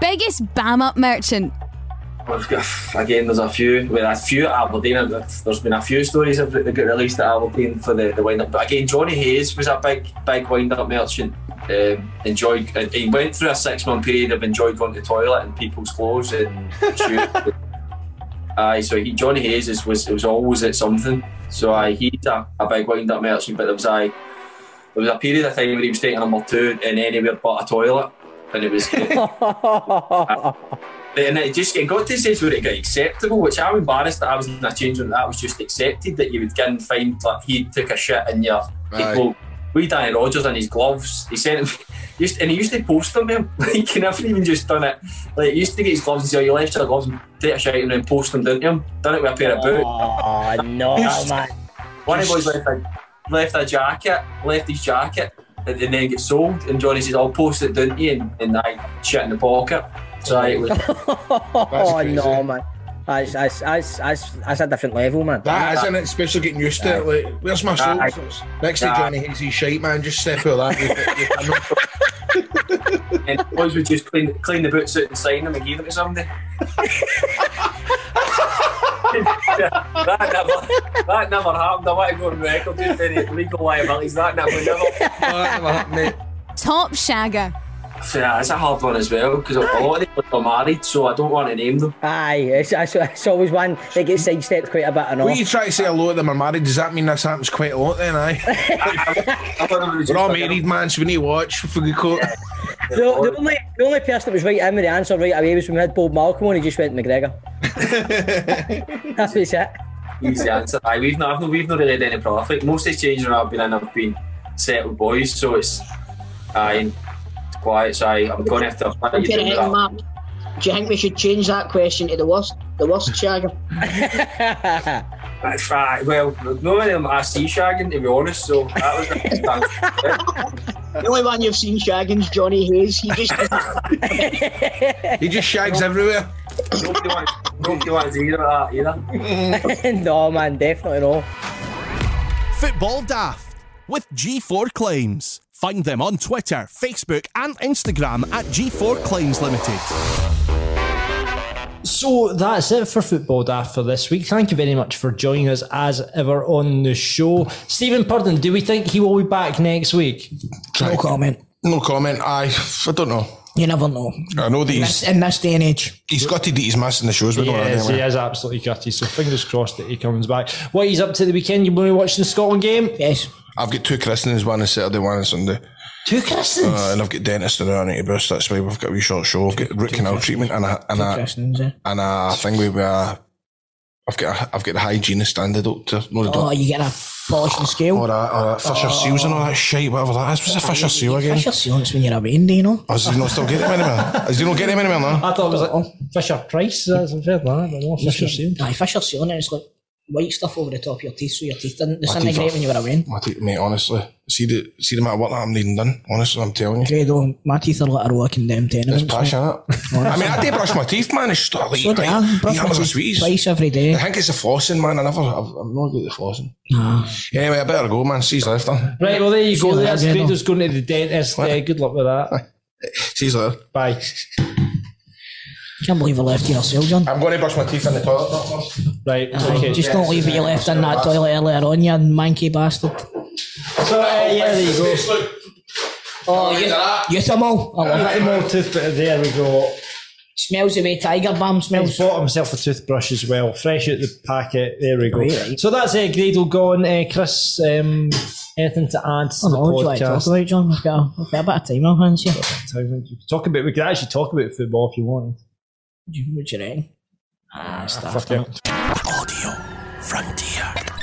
S7: Biggest bam up merchant.
S4: We've got- Again, there's a few. Well, a few at Aberdeen. and There's been a few stories that that got released at Aberdeen for the, the wind up. But again, Johnny Hayes was a big, big wind up merchant. Um, enjoyed. and He went through a six month period of enjoyed going to the toilet in people's clothes and shoes. aye, so he, Johnny Hayes is, was it was always at something. So aye, he's a, a big wind up merchant. But there was aye, there was a period of time where he was taking number two in anywhere but a toilet, and it was. And it just it got to a stage where it got acceptable, which I'm embarrassed that I was in a change room. That was just accepted that you would go and find like he took a shit in your.
S5: Aye.
S4: Well, we Danny Rogers and his gloves. He sent him, [laughs] used, and he used to post them. Man. [laughs] Like he never even just done it. Like he used to get his gloves and say, "Oh, "You left your gloves, and take a shit and then post them down to him." Done it with a pair of boots.
S13: Oh [laughs] no, man!
S4: One of the boys left a, left a jacket, left his jacket, and, and then get sold. And Johnny says, "I'll post it down to you," and, and I shit in the pocket. So I, it was.
S13: oh no, man. That's, that's, that's, that's, that's a different level, man.
S5: That isn't it, especially getting used to it. Like, where's my soul?
S13: Aye.
S5: Next to
S13: Aye.
S5: Johnny Hazy shite, man, just step out of that. You-
S13: [laughs]
S5: you-
S4: and the boys would just clean, clean the boots out and sign them and give them to somebody. [laughs] that never, that never happened. I want to go on record with any legal liabilities. That never, never. that never happened, mate.
S7: Top shagger.
S4: [laughs] Yeah, it's a hard one as well because a lot of people are married, so I don't want to name them.
S13: Aye, it's, it's, it's always one that gets sidestepped quite a bit and all.
S5: What you try to say a lot of them are married? Does that mean this happens quite a lot then, aye?
S13: [laughs]
S5: We're all married, man, so we need to watch if we could.
S13: The, the, only, the only person that was right in with the answer right away was when we had Bob Malcolm on, he just went McGregor. [laughs] That's what he said.
S4: Easy answer. Aye, we've not, I've not, we've not really had any profit. Most of the changes I've been in, I've been set with boys, so it's, aye, it's quiet. So aye, I'm going to have to apply you
S6: Put it
S4: doing
S6: in,
S4: that.
S6: Mark. Do you think we should change that question to the worst, the worst shagger?
S4: That's right. Well, no one of them I see shagging, to be honest. So that was
S6: The only one you've seen shagging's Johnny Hayes. He
S5: [laughs]
S6: just
S5: he just shags everywhere.
S4: nobody wants, nobody wants to hear about that either.
S13: [laughs] no, man, definitely no.
S1: Football Daft with G4 Claims. Find them on Twitter, Facebook, and Instagram at G4 Claims Limited.
S15: So that's it for Football Daft for this week. Thank you very much for joining us as ever on the show. Stephen Purden, do we think he will be back next week?
S5: No
S15: comment.
S5: No comment. Aye, I don't know.
S16: You never know.
S5: I know that
S16: In
S5: he's
S16: this, in this day and age.
S5: he's gutted that he's missing the shows. We don't know
S15: Yes,
S5: anyway.
S15: he is absolutely gutty. So fingers crossed that he comes back. What he's up to the weekend? You going to watch the Scotland game?
S16: Yes.
S5: I've got two christenings, one on Saturday, one on Sunday. Two christenings. Uh, and I've got dentist and I need to brush. That's why we've got a wee short show. I've got root canal treatment and a and
S6: Two
S5: a
S6: christenings, eh?
S5: and a thing with a. I've got a, I've got a hygienist and a doctor. No, the
S6: Oh,
S5: doctor.
S6: you get a polishing scale.
S5: Or that, or that Fisher Seals and all that shit, whatever that is. What's a Fisher Seal again?
S6: Fisher Seal, it's when you're a windy, you know.
S5: Or is he not still getting them anymore? Is he not getting them anymore now?
S4: I thought it was like Fisher Price. That's a fair one. I don't know. Fisher Seal.
S6: Aye, Fisher Seal, and it's got white stuff over the top of your teeth, so your teeth didn't
S5: My teeth
S6: disintegrate
S5: are-
S6: when you were away.
S5: My teeth, mate, honestly. See the, see the matter what I'm needing done. Honestly, I'm telling you.
S6: Credo, my teeth are like a row of condemned tenements.
S5: It's passion, innit? I mean, I did brush my teeth, man. It's just like,
S6: So do I.
S5: like,
S6: Brush
S5: yeah,
S6: my
S5: it's
S6: teeth
S5: sweeties.
S6: twice every day.
S5: I think it's the flossing, man. I never, I've, I've not got the flossing.
S6: Nah.
S5: Anyway, I better go, man. See you later.
S4: Right, well, there you go.
S5: Feel
S4: That's
S5: that,
S4: Credo's going to the dentist.
S15: eh,
S4: Uh, good luck with
S5: [laughs]
S4: that.
S5: See you later.
S4: Bye.
S6: Can't believe I left you yourself, John.
S5: I'm going to brush my teeth in the toilet.
S4: Right,
S6: Aye,
S4: okay.
S6: Just don't leave what you left in that toilet earlier on, you manky bastard.
S4: So,
S15: eh,
S4: uh, yeah, there you
S5: [laughs]
S4: go.
S6: Oh, you, you Timo. I love
S4: Right,
S6: it.
S4: more toothbrush. There we go.
S6: Smells away Tiger Balm
S4: He's
S6: smells.
S4: bought himself a toothbrush as well, fresh out the packet. There we go.
S6: Really?
S4: So that's uh, Gradle gone. Uh, Chris, um, anything to add to
S6: I don't
S4: the
S6: know what Oh, you like to talk
S4: podcast?
S6: about, John. We've got a, we've got a bit of time on our hands here.
S4: Talk about. We could actually talk about football if you wanted.
S6: What do you reckon? Ah,
S4: Fuck
S6: stuff.
S4: it.
S1: Audio Frontier.